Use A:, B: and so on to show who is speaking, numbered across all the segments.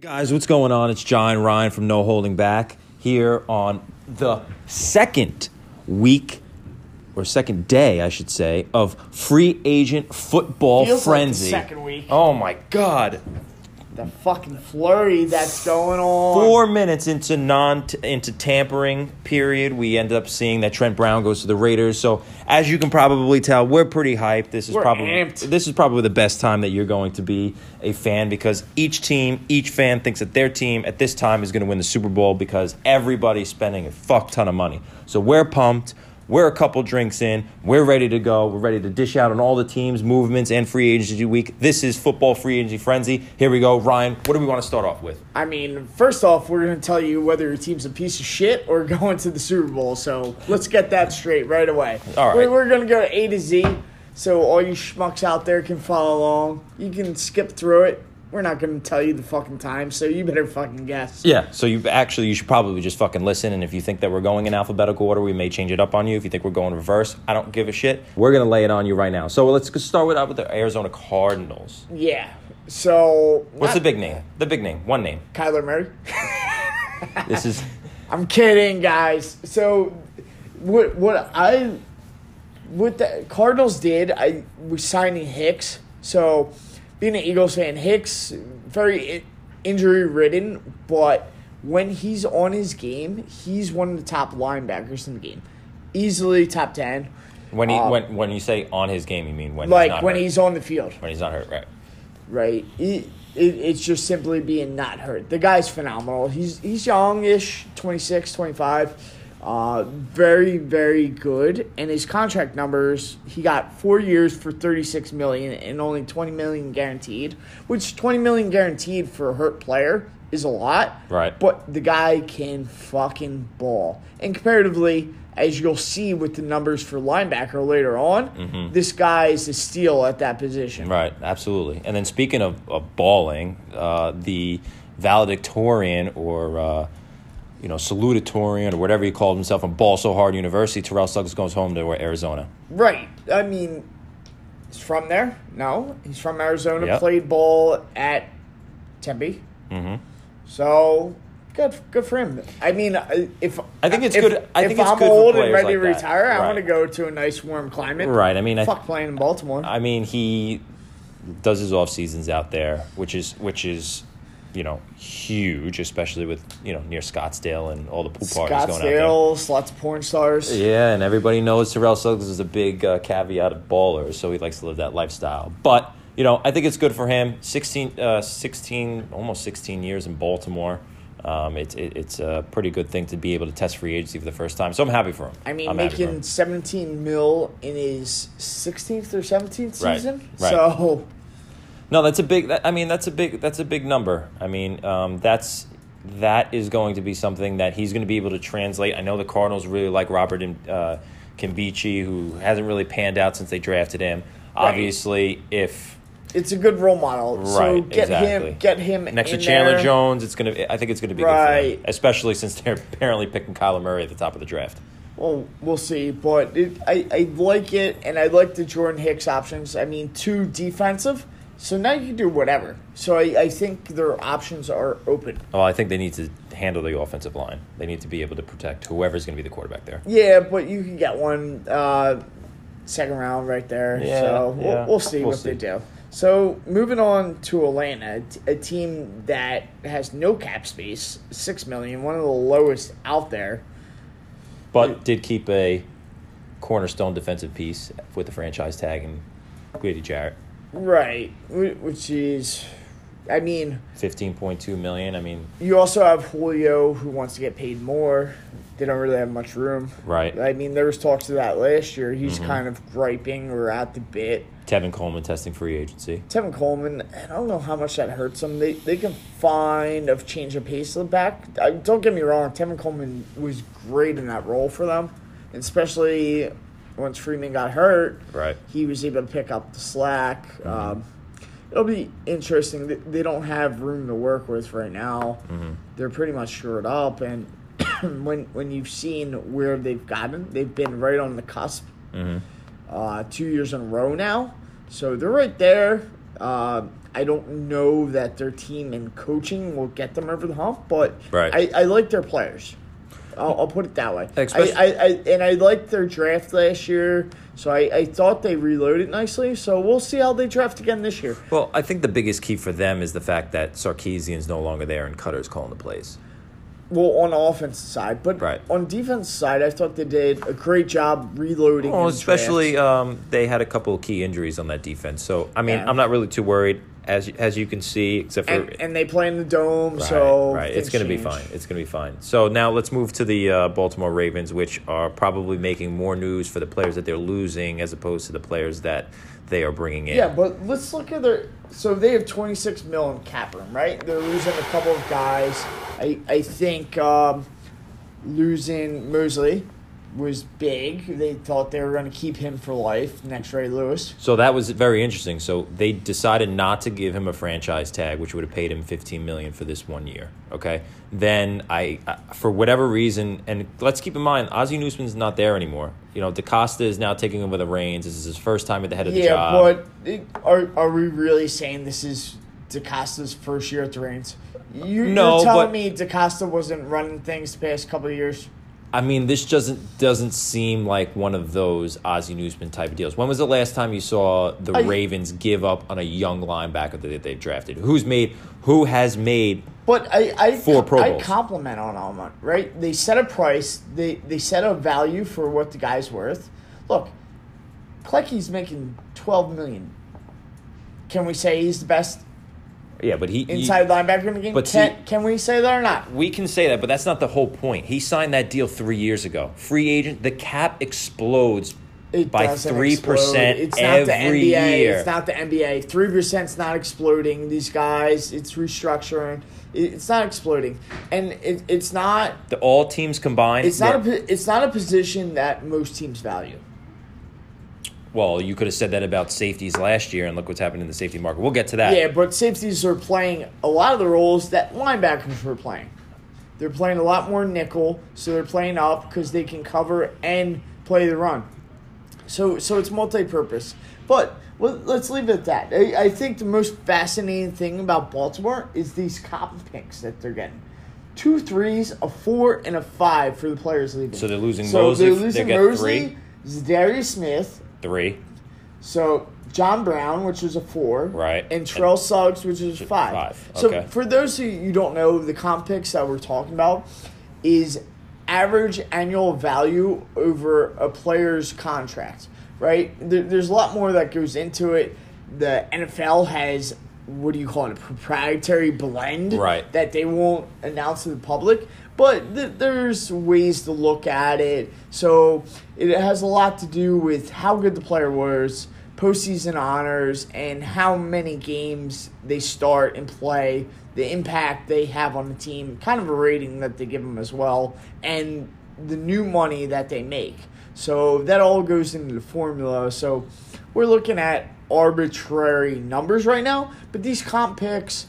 A: guys, what's going on? It's John Ryan from No Holding Back here on the second week or second day, I should say, of free agent football
B: Feels like the
A: frenzy.
B: second week.
A: Oh my god.
B: the fucking flurry that's going on.
A: 4 minutes into non into tampering period, we end up seeing that Trent Brown goes to the Raiders. So, as you can probably tell, we're pretty hyped. This is
B: We're
A: probably
B: amped.
A: this is probably the best time that you're going to be a fan because each team, each fan thinks that their team at this time is going to win the Super Bowl because everybody's spending a fuck ton of money. So we're pumped. We're a couple drinks in. We're ready to go. We're ready to dish out on all the teams, movements, and free agency week. This is football free agency frenzy. Here we go. Ryan, what do we want to start off with?
B: I mean, first off, we're going to tell you whether your team's a piece of shit or going to the Super Bowl. So let's get that straight right away.
A: All right.
B: We're, we're going to go to A to Z. So all you schmucks out there can follow along. You can skip through it. We're not going to tell you the fucking time, so you better fucking guess.
A: Yeah. So you actually you should probably just fucking listen. And if you think that we're going in alphabetical order, we may change it up on you. If you think we're going reverse, I don't give a shit. We're gonna lay it on you right now. So let's go start with out with the Arizona Cardinals.
B: Yeah. So
A: What's the
B: not
A: big name? The big name. One name.
B: Kyler Murray?
A: This is
B: I'm kidding, guys. So, what what I what the Cardinals did, I was signing Hicks. So, being an Eagles fan, Hicks very injury ridden, but when he's on his game, he's one of the top linebackers in the game, easily top ten.
A: when he when when you say on his game, you mean when he's
B: Um, Like
A: not
B: when
A: hurt.
B: he's on the field,
A: when he's not hurt, right?
B: right? It, it, it's just simply being not hurt. The guy's phenomenal. He's he's youngish, 26, 25. Uh, very very good. And his contract numbers, he got 4 years for 36 million and only 20 million guaranteed, which 20 million guaranteed for a hurt player is a lot.
A: Right.
B: But the guy can fucking ball. And comparatively, as you'll see with the numbers for linebacker later on, this guy is a steal at that position.
A: Right, absolutely. And then speaking of, of balling, uh, the valedictorian or uh, you know salutatorian or whatever he called himself on Ball So Hard University, Terrell Suggs goes home to Arizona.
B: Right. I mean, he's from there. No, he's from Arizona.
A: Yep.
B: Played ball at Tempe. Mm-hmm. So good, good for him. I mean, I- if
A: I think it's
B: if-
A: good- I
B: if
A: think it's
B: I'm
A: good for
B: old and
A: players
B: ready
A: like
B: to
A: that.
B: retire, I
A: Right.
B: want to go to a nice warm climate.
A: Right. I mean, I,
B: Fuck playing in Baltimore.
A: I mean he does his off seasons out there, which is which is you know huge, especially with you know near Scottsdale and all the pool parties going out there.
B: Scottsdale, lots of porn stars.
A: Yeah, and everybody knows Terrell Suggs is a big uh, caveat of baller, so he likes to live that lifestyle. But, you know, I think it's good for him. 16, uh, 16 almost 16 years in Baltimore. Um, it's it, it's a pretty good thing to be able to test free agency for the first time, so I'm happy for him.
B: I mean,
A: I'm happy for
B: making 17 mil in his 16th or 17th
A: Right,
B: season.
A: right.
B: So
A: him. no, that's a big. That, I mean, that's a big. That's a big number. I mean, um, that's that is going to be something that he's going to be able to translate. I know the Cardinals really like Robert and uh, Kimbichi, who hasn't really panned out since they drafted him.
B: Right.
A: Obviously, if
B: it's a good role model. so
A: Right,
B: get
A: exactly.
B: him, get him
A: next to
B: in
A: Chandler
B: there.
A: Jones, it's gonna. I think it's gonna be good for
B: Right.
A: them, especially since they're apparently picking Kyler Murray at the top of the draft.
B: Well, we'll see, but it, I I like it, and I like the Jordan Hicks options. I mean, too defensive, so now you can do whatever. So I, I think their options are open.
A: Well, I think they need to handle the offensive line. They need to be able to protect whoever's gonna be the quarterback there.
B: Yeah, but you can get one uh, second round right there.
A: Yeah,
B: so we'll,
A: yeah.
B: we'll see
A: We'll
B: what
A: see.
B: they do. So moving on to Atlanta, a t- a team that has no cap space, six million, one of the lowest out there.
A: But did keep a cornerstone defensive piece with the franchise tag and Grady Jarrett,
B: Right, wh- which is, I mean.
A: fifteen point two million. I mean,
B: You also have Julio who wants to get paid more. They don't really have much room.
A: Right.
B: I mean, there was talks of that last year. He's kind of griping or at the bit.
A: Tevin Coleman testing free agency.
B: Tevin Coleman, I don't know how much that hurts him. They they can find a change of pace in the back. I, don't get me wrong, Tevin Coleman was great in that role for them, and especially once Freeman got hurt.
A: Right.
B: He was able to pick up the slack. Um, it'll be interesting. They, they don't have room to work with right now. They're pretty much short up, and when when you've seen where they've gotten, they've been right on the cusp uh, two years in a row now. So they're right there. Uh, I don't know that their team and coaching will get them over the hump, but
A: Right.
B: I, I like their players. I'll, I'll put it that way.
A: Especially-
B: I, I, I and I liked their draft last year, so I, I thought they reloaded nicely. So we'll see how they draft again this year.
A: Well, I think the biggest key for them is the fact that Sarkeesian's no longer there and Cutter's calling the plays.
B: Well, on the offense side, but
A: Right.
B: on defense side, I thought they did a great job reloading.
A: Well,
B: in the
A: Oh, especially
B: draft.
A: um, they had a couple of key injuries on that defense. So, I mean,
B: Yeah.
A: I'm not really too worried, as as you can see, except for.
B: and, and they play in the dome,
A: Right,
B: so
A: right. it's
B: things
A: going to be
B: change.
A: fine. It's going to be fine. So now let's move to the uh, Baltimore Ravens, which are probably making more news for the players that they're losing as opposed to the players that they are bringing in.
B: Yeah, but let's look at their. So they have 26 mil in cap room, right? They're losing a couple of guys. I I think um, losing Mosley was big. They thought they were going to keep him for life. Next, Ray Lewis.
A: So that was very interesting. So they decided not to give him a franchise tag, which would have paid him fifteen million for this one year. Okay. Then I, I for whatever reason, and let's keep in mind, Ozzie Newsom's not there anymore. You know, DaCosta is now taking over the reins. This is his first time at the head of the
B: yeah,
A: job.
B: but it, are are we really saying this is DaCosta's first year at the reins? You,
A: No,
B: you're telling
A: but-
B: me DaCosta wasn't running things the past couple of years.
A: I mean, this doesn't doesn't seem like one of those Ozzie Newsman type of deals. When was the last time you saw the
B: I-
A: Ravens give up on a young linebacker that they've drafted? Who's made? Who has made?
B: But I, I,
A: Four Pro
B: I
A: Bowls.
B: compliment on Almond, right? They set a price. They they set a value for what the guy's worth. Look, Klecky's making twelve million. Can we say he's the best
A: Yeah, but he he-
B: inside linebacker in the game?
A: but
B: can,
A: see-
B: can we say that or not?
A: We can say that, but that's not the whole point. He signed that deal three years ago. Free agent, the cap explodes
B: It
A: by
B: doesn't
A: three
B: explode.
A: percent
B: It's not the
A: every
B: NBA.
A: year.
B: It's not the NBA. Three percent's not exploding. These guys, it's restructuring. It, it's not exploding, and it, it's not.
A: the all teams combined.
B: It's not. A,
A: were-
B: po- it's not a position that most teams value.
A: well, you could have said that about safeties last year, and look what's happened in the safety market. We'll get to that.
B: Yeah, but safeties are playing a lot of the roles that linebackers were playing. They're playing a lot more nickel, so they're playing up because they can cover and play the run. So, so it's multi-purpose. But let- let's leave it at that. I, I think the most fascinating thing about Baltimore is these cop picks that they're getting. Two threes, a four, and a five for the players leaving.
A: So they're losing
B: so
A: Mosley,
B: They're
A: they
B: losing
A: get
B: Mosley,
A: three.
B: Zadarius Smith,
A: three.
B: so John Brown, which was a four,
A: Right.
B: and Terrell Suggs, which was a five.
A: five, okay.
B: So for those who you don't know, the comp picks that we're talking about is average annual value over a player's contract. Right? There, there's a lot more that goes into it. The NFL has what do you call it? A proprietary blend
A: Right.
B: that they won't announce to the public. But th- there's ways to look at it. So it has a lot to do with how good the player was, postseason honors, and how many games they start and play, the impact they have on the team, kind of a rating that they give them as well, and the new money that they make. So that all goes into the formula. So we're looking at arbitrary numbers right now, but these comp picks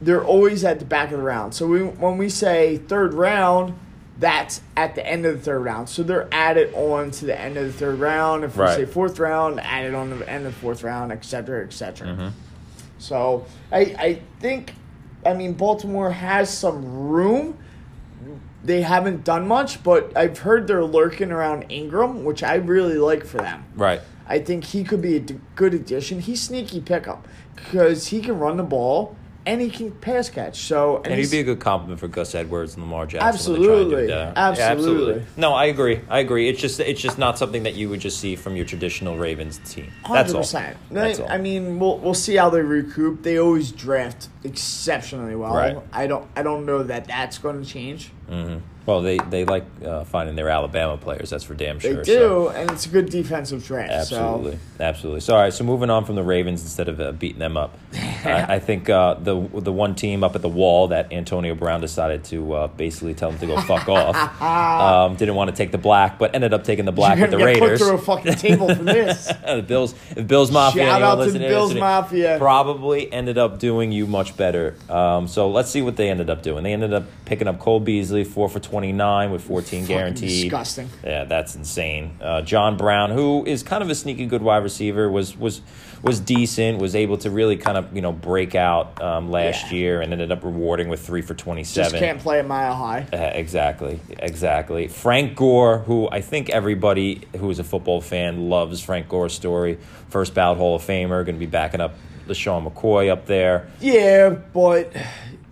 B: they're always at the back of the round. So we, when we say third round, that's at the end of the third round. So they're added on to the end of the third round. If we
A: Right.
B: say fourth round, added on to the end of the fourth round, et cetera, et cetera. So I, I think, I mean, Baltimore has some room. They haven't done much, but I've heard they're lurking around Ingram, which I really like for them.
A: Right.
B: I think he could be a d- good addition. He's sneaky pickup because he can run the ball and he can pass catch. So and
A: And
B: he's,
A: it'd be a good compliment for Gus Edwards and Lamar Jackson. when they
B: Absolutely.
A: try and do that.
B: Absolutely.
A: No, I agree. I agree. It's just it's just not something that you would just see from your traditional Ravens team. That's all.
B: 100%.
A: That's all.
B: I mean, we'll we'll see how they recoup. They always draft exceptionally well.
A: Right.
B: I don't I don't know that that's going to change.
A: well, they they like uh, finding their Alabama players. That's for damn
B: They
A: sure.
B: do,
A: so-
B: and it's a good defensive draft.
A: Absolutely,
B: So.
A: absolutely. So, all right. So, moving on from the Ravens instead of uh, beating them up, I, I think uh, the the one team up at the wall that Antonio Brown decided to uh, basically tell them to go fuck off. Um, didn't want to take the black, but ended up taking the black
B: You're
A: with the
B: gonna get
A: Raiders.
B: put through a fucking table for this.
A: Uh, the Bills, the Bills Mafia.
B: Shout
A: anyone
B: out to
A: listening
B: Bills
A: listening,
B: Mafia.
A: Probably ended up doing you much better. Um, so let's see what they ended up doing. They ended up picking up Cole Beasley, four for 29 with 14
B: Fucking
A: guaranteed.
B: disgusting.
A: Yeah, that's insane. Uh, John Brown, who is kind of a sneaky good wide receiver, was was was decent. Was able to really kind of you know break out um, last
B: Yeah.
A: year and ended up rewarding with three for 27.
B: Just can't play a mile high.
A: Uh, exactly, exactly. Frank Gore, who I think everybody who is a football fan loves Frank Gore's story. First ballot Hall of Famer, going to be backing up LaShawn McCoy up there.
B: Yeah, but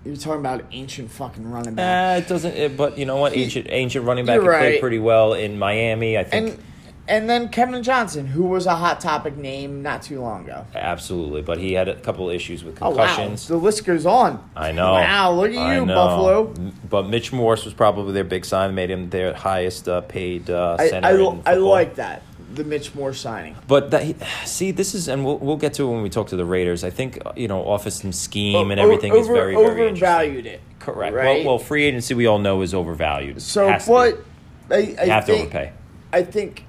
B: you're talking about ancient fucking running back.
A: Uh, it doesn't, it, but you know what? Ancient, ancient running back
B: You're
A: he played
B: right.
A: pretty well in Miami. I think
B: and and then Kevin Johnson, who was a hot topic name not too long ago.
A: absolutely, but he had a couple issues with
B: Oh wow,
A: concussions.
B: the list goes on.
A: I know.
B: Wow, look at
A: I
B: you,
A: know.
B: Buffalo.
A: M- But Mitch Morse was probably their big sign, made him their highest uh, paid uh,
B: I
A: center.
B: I,
A: in
B: I
A: football.
B: like that the Mitch Moore signing.
A: But that, see, this is, and we'll, we'll get to it when we talk to the Raiders. I think uh, you know, office and scheme and
B: O-
A: everything is
B: Oh, over-
A: very, very interesting.
B: overvalued it.
A: Correct.
B: Right.
A: Well, well, free agency we all know is overvalued.
B: so,
A: Has to be.
B: but I, I
A: you have to
B: think,
A: overpay.
B: I think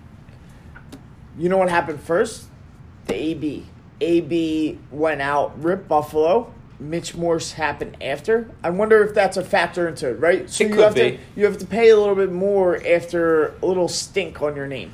B: you know what happened first? The AB. AB went out, ripped Buffalo. Mitch Morse happened after. I wonder if that's a factor into it, right? So
A: It
B: you
A: could
B: have
A: be.
B: to you have to pay a little bit more after a little stink on your name.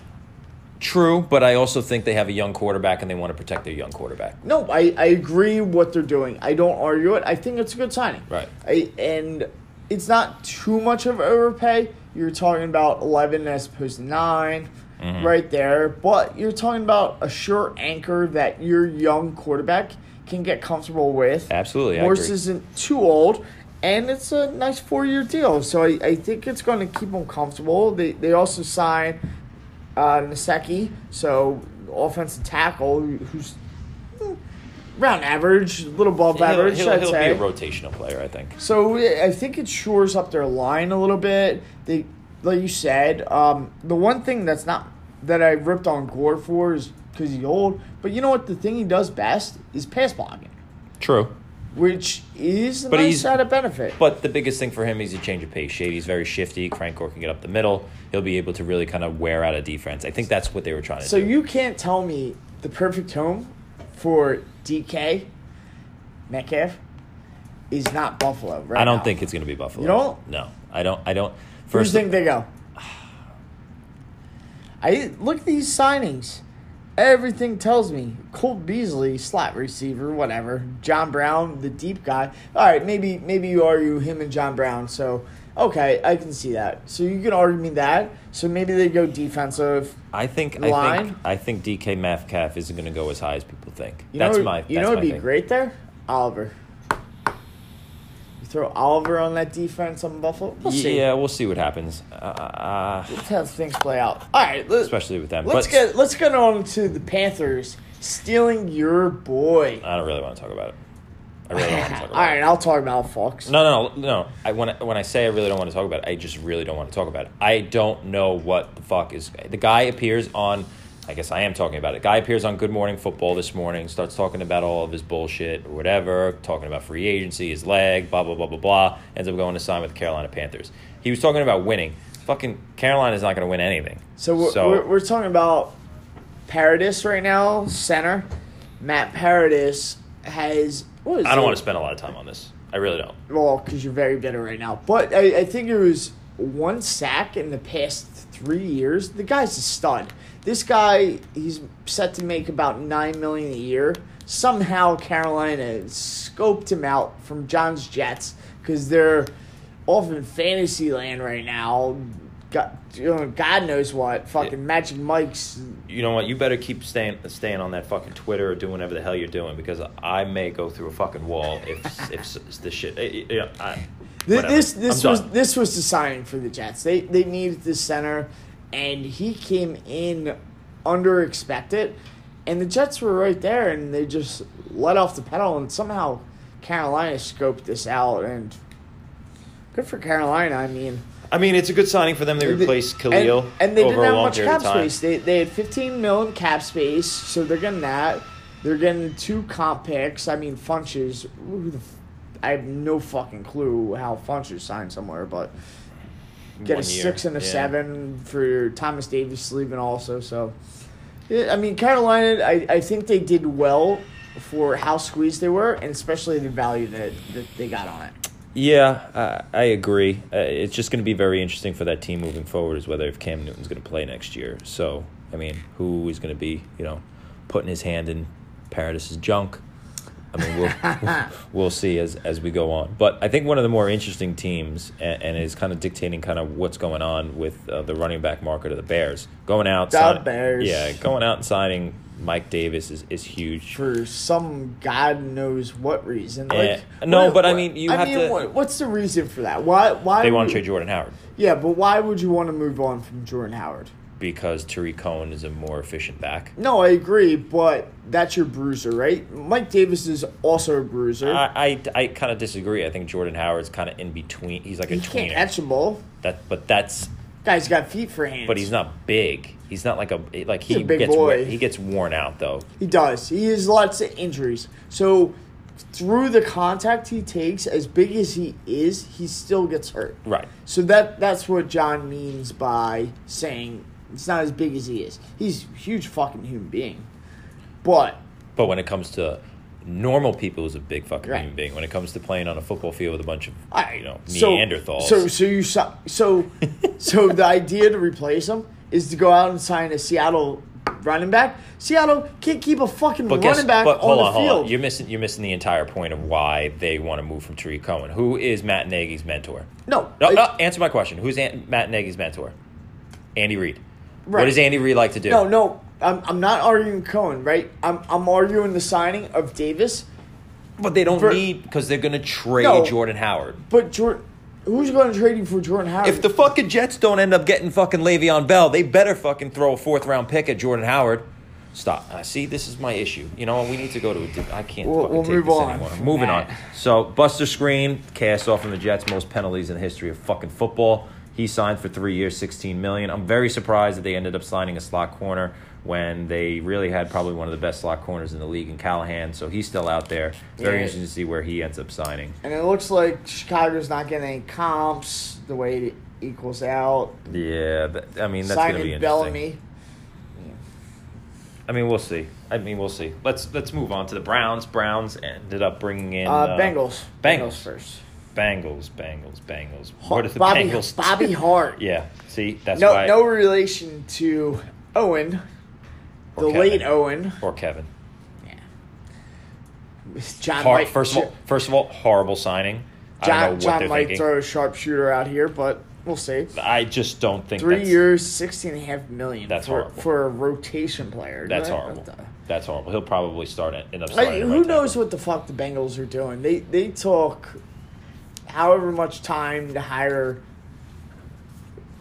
A: True, but I also think they have a young quarterback and they want to protect their young quarterback.
B: No, I, I agree what they're doing. I don't argue it. I think it's a good signing.
A: Right.
B: I, and it's not too much of overpay. You're talking about 11 as opposed to 9
A: Mm-hmm.
B: right there. But you're talking about a sure anchor that your young quarterback can get comfortable with.
A: Absolutely, I
B: Morse
A: agree.
B: isn't too old. And it's a nice four year deal. So I, I think it's going to keep them comfortable. They, they also sign uh, Naseki, so offensive tackle, who's eh, round average, a little above
A: He'll,
B: average,
A: he'll,
B: I'd
A: he'll be
B: say.
A: a rotational player, I think.
B: so yeah, I think it shores up their line a little bit. They, like you said, um, the one thing that's not that I ripped on Gore for is because he's old. But you know what? The thing he does best is pass blocking,
A: True,
B: which is a
A: But
B: nice
A: he's-
B: side of benefit.
A: but the biggest thing for him is a change of pace. Shady's very shifty. Frank Gore can get up the middle. He'll be able to really kind of wear out a defense. I think that's what they were trying to
B: So
A: do.
B: you can't tell me the perfect home for DK Metcalf is not Buffalo, right?
A: I don't
B: now.
A: think it's going to be Buffalo.
B: You don't?
A: No, I don't. I don't.
B: Where do
A: First,
B: you think they go? I look at these signings. Everything tells me Colt Beasley, slot receiver, whatever. John Brown, the deep guy. All right, maybe maybe you argue him and John Brown. So okay, I can see that. So you can argue me that. So maybe they go defensive.
A: I think I
B: Line?
A: think I think DK Metcalf isn't going to go as high as people think.
B: You
A: that's
B: know,
A: my.
B: You
A: that's my
B: know, it'd be
A: thing.
B: great there, Oliver. You throw Oliver on that defense on Buffalo. We'll see.
A: yeah, we'll see what happens, uh, uh,
B: Let's have things play out. All right, let,
A: especially with them.
B: let's
A: but
B: get let's get on to the Panthers stealing your boy.
A: I don't really want to talk about it. I really don't want to talk about
B: All right,
A: it.
B: I'll talk about Fox.
A: No, no, no, no. I, when, I, when I say I really don't want to talk about it, I just really don't want to talk about it. I don't know what the fuck is. The guy appears on. I guess I am talking about it. Guy appears on Good Morning Football this morning, starts talking about all of his bullshit or whatever, talking about free agency, his leg, blah, blah, blah, blah, blah. Ends up going to sign with the Carolina Panthers. He was talking about winning. Fucking Carolina's not going to win anything.
B: So we're, we're, we're talking about Paradis right now, center. Matt Paradis has. What is
A: I don't want
B: to.
A: to spend a lot of time on this. I really don't.
B: well, because you're very bitter right now. But I, I think it was one sack in the past three years. The guy's a stud. This guy, he's set to make about nine million a year. Somehow Carolina scoped him out from John's Jets because they're off in fantasy land right now. God, you know, God knows what. Fucking Magic Mike's
A: you know what? You better keep staying staying on that fucking Twitter or doing whatever the hell you're doing because I may go through a fucking wall if if s- this shit. eh, eh, You know, I,
B: Th-
A: whatever.
B: This this
A: I'm
B: was
A: done.
B: this was the signing for the Jets. They they needed the center, and he came in under expected, and the Jets were right there, and they just let off the pedal, and somehow Carolina scoped this out, and good for Carolina. I mean,
A: I mean, it's a good signing for them. They replaced
B: and-
A: Khalil
B: and, they
A: over
B: didn't
A: a
B: have
A: long
B: much
A: period
B: cap
A: of time.
B: space. They they had 15 mil in cap space, so they're getting that. They're getting two comp picks. I mean, Funches. Who the f- I have no fucking clue how Funches signed somewhere, but get
A: One
B: a
A: year.
B: six and a
A: Yeah.
B: seven for Thomas Davis leaving also. So, yeah, I mean, Carolina. I, I think they did well for how squeezed they were, and especially the value that, that they got on it.
A: Yeah, I, I agree. Uh, it's just going to be very interesting for that team moving forward is whether if Cam Newton's going to play next year. So, I mean, who is going to be, you know, putting his hand in Paradis's junk? I mean, we'll, we'll see as, as we go on. But I think one of the more interesting teams, and, and is kind of dictating kind of what's going on with uh, the running back market of the Bears. Going out.
B: The
A: sign-
B: Bears.
A: Yeah, going out and signing Mike Davis is, is huge.
B: for some god knows what reason.
A: Eh,
B: Like,
A: no,
B: what-
A: but I
B: what-
A: mean, you
B: I
A: have
B: mean,
A: to-
B: What, what's the reason for that? Why? Why
A: They want
B: would-
A: to trade Jordan Howard.
B: Yeah, but why would you want to move on from Jordan Howard?
A: because Tariq Cohen is a more efficient back.
B: No, I agree, but that's your bruiser, right? Mike Davis is also a bruiser.
A: I I, I kind of disagree. I think Jordan Howard's kind of in between. He's like a
B: he can't
A: tweener.
B: catch a ball.
A: that, but that's
B: Guy's got feet for hands.
A: but he's not big. He's not like a like he
B: a big
A: gets
B: boy.
A: he gets worn out though.
B: He does. He has lots of injuries. So through the contact he takes, as big as he is, he still gets hurt.
A: Right.
B: So that that's what John means by saying it's not as big as he is. He's a huge fucking human being. But
A: But when it comes to normal people, who's a big fucking
B: Right.
A: human being. When it comes to playing on a football field with a bunch of
B: I,
A: you know
B: so,
A: Neanderthals,
B: So so you si- so so the idea to replace him is to go out and sign a Seattle running back. Seattle can't keep a fucking
A: But
B: running
A: guess,
B: back
A: but hold on,
B: on the
A: hold
B: field.
A: on. You're missing you're missing the entire point of why they want to move from Tariq Cohen. Who is Matt Nagy's mentor?
B: No,
A: no,
B: I-
A: no. Answer my question. Who's An- Matt Nagy's mentor? Andy Reid. What
B: Right.
A: does Andy Reid like to do?
B: No, no, I'm, I'm not arguing Cohen, right? I'm, I'm arguing the signing of Davis,
A: But they don't
B: For-
A: need because they're going to trade
B: No.
A: Jordan Howard.
B: but Jordan, who's going to trade him for Jordan Howard?
A: If the fucking Jets don't end up getting fucking Le'Veon Bell, they better fucking throw a fourth round pick at Jordan Howard. Stop. I see, this is my issue. You know what? We need to go to a. Di- I can't
B: We'll-
A: fucking
B: we'll
A: take
B: move
A: this
B: on
A: anymore.
B: from
A: Moving
B: that.
A: on. So Buster Screen cast off from the Jets, most penalties in the history of fucking football. He signed for three years, sixteen million. I'm very surprised that they ended up signing a slot corner when they really had probably one of the best slot corners in the league in Callahan. So he's still out there. Very
B: Yeah.
A: interesting to see where he ends up signing.
B: and it looks like Chicago's not getting any comps the way it equals out.
A: Yeah, but, I mean that's going to be
B: Signing
A: interesting.
B: Bellamy.
A: I mean, we'll see. I mean, we'll see. Let's let's move on to the Browns. Browns ended up bringing in
B: Uh, Bengals.
A: Bengals.
B: first.
A: Bengals, Bengals, Bengals. What if the
B: Bobby,
A: Bengals?
B: Bobby Hart.
A: Yeah. See, that's
B: no,
A: why.
B: no relation to Owen,
A: Or
B: the
A: Kevin.
B: late Owen.
A: Or Kevin.
B: John
A: Hor-
B: might-
A: first of all, first of all, horrible signing. I don't know
B: John,
A: what
B: John
A: they're
B: might
A: thinking.
B: throw a sharpshooter out here, but we'll see.
A: I just don't think
B: Three
A: that's,
B: years, sixteen and a half million.
A: That's
B: for,
A: horrible.
B: for a rotation player.
A: That's
B: Like,
A: horrible.
B: what the-
A: That's horrible. He'll probably start it. End up
B: Like,
A: starting at
B: who
A: right
B: knows
A: tackle.
B: what the fuck the Bengals are doing? They they took however much time to hire.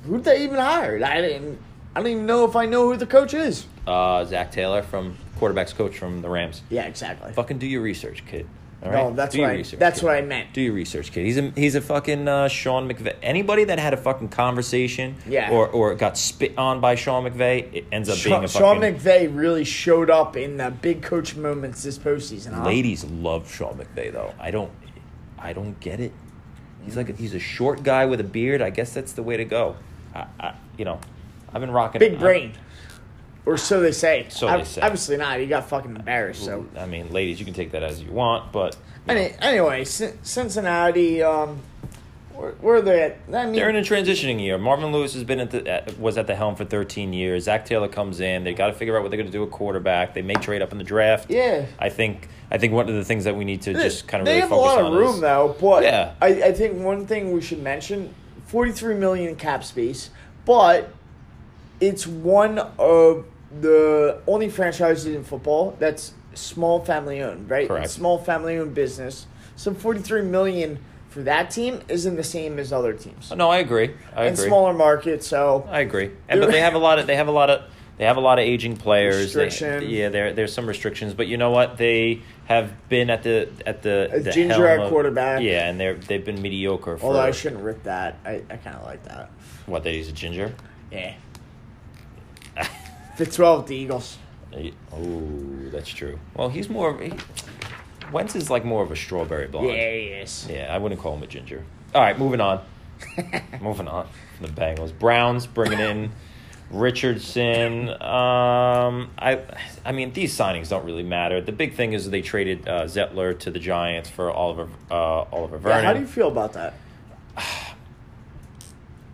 B: Who they even hired? I didn't. I don't even know if I know who the coach is.
A: Uh, Zach Taylor from quarterbacks coach from the Rams.
B: Yeah, exactly.
A: Fucking do your research, kid. All
B: No,
A: right?
B: that's
A: do your
B: what I-
A: research,
B: that's
A: kid.
B: what I meant.
A: Do your research, kid. He's a he's a fucking uh, Sean McVay. Anybody that had a fucking conversation,
B: Yeah.
A: or or got spit on by Sean McVay, it ends up being
B: Sean,
A: a
B: Sean
A: fucking.
B: McVay really showed up in the big coach moments this postseason. huh?
A: Ladies love Sean McVay though. I don't, I don't get it. He's like a, he's a short guy with a beard. I guess that's the way to go. I, I you know, I've been rocking
B: Big
A: I-
B: brain. Or so they say.
A: So
B: Ob-
A: they say.
B: Obviously not. He got fucking embarrassed. So
A: I mean, ladies, you can take that as you want, but you know,
B: Any, anyway, Cin- Cincinnati. Um, where, where are they at? I mean,
A: They're in a transitioning year. Marvin Lewis has been at the at, was at the helm for 13 years. Zach Taylor comes in. They got to figure out what they're going to do with quarterback. They may trade up in the draft.
B: Yeah.
A: I think I think one of the things that we need to
B: they-
A: just kind of really
B: they have
A: focus
B: a lot of
A: on
B: room
A: is,
B: though. But
A: Yeah.
B: I, I think one thing we should mention: forty-three million in cap space, but it's one of the only franchises in football that's small family owned, right?
A: Correct.
B: It's Small family owned business. So forty-three million for that team isn't the same as other teams.
A: No, I agree. I
B: and
A: agree.
B: smaller market. So
A: I agree. And but they have a lot of they have a lot of they have a lot of aging players. They-
B: Restriction.
A: yeah, there there's some restrictions, but you know what? They have been at the at the,
B: A
A: the
B: ginger
A: helm
B: at
A: of-
B: quarterback.
A: Yeah, and they're they've been mediocre for
B: although I shouldn't rip that, I, I kind of like that.
A: what they use a ginger.
B: Yeah. the twelve, the Eagles.
A: Yeah, Oh, that's true. Well, he's more. of- He, Wentz is like more of a strawberry blonde.
B: Yeah, he is.
A: Yeah, I wouldn't call him a ginger. All right, moving on. moving on. The Bengals, Browns bringing in Richardson. Um, I, I mean, these signings don't really matter. The big thing is they traded uh, Zettler to the Giants for Oliver uh, Oliver
B: Yeah,
A: Vernon.
B: how do you feel about that?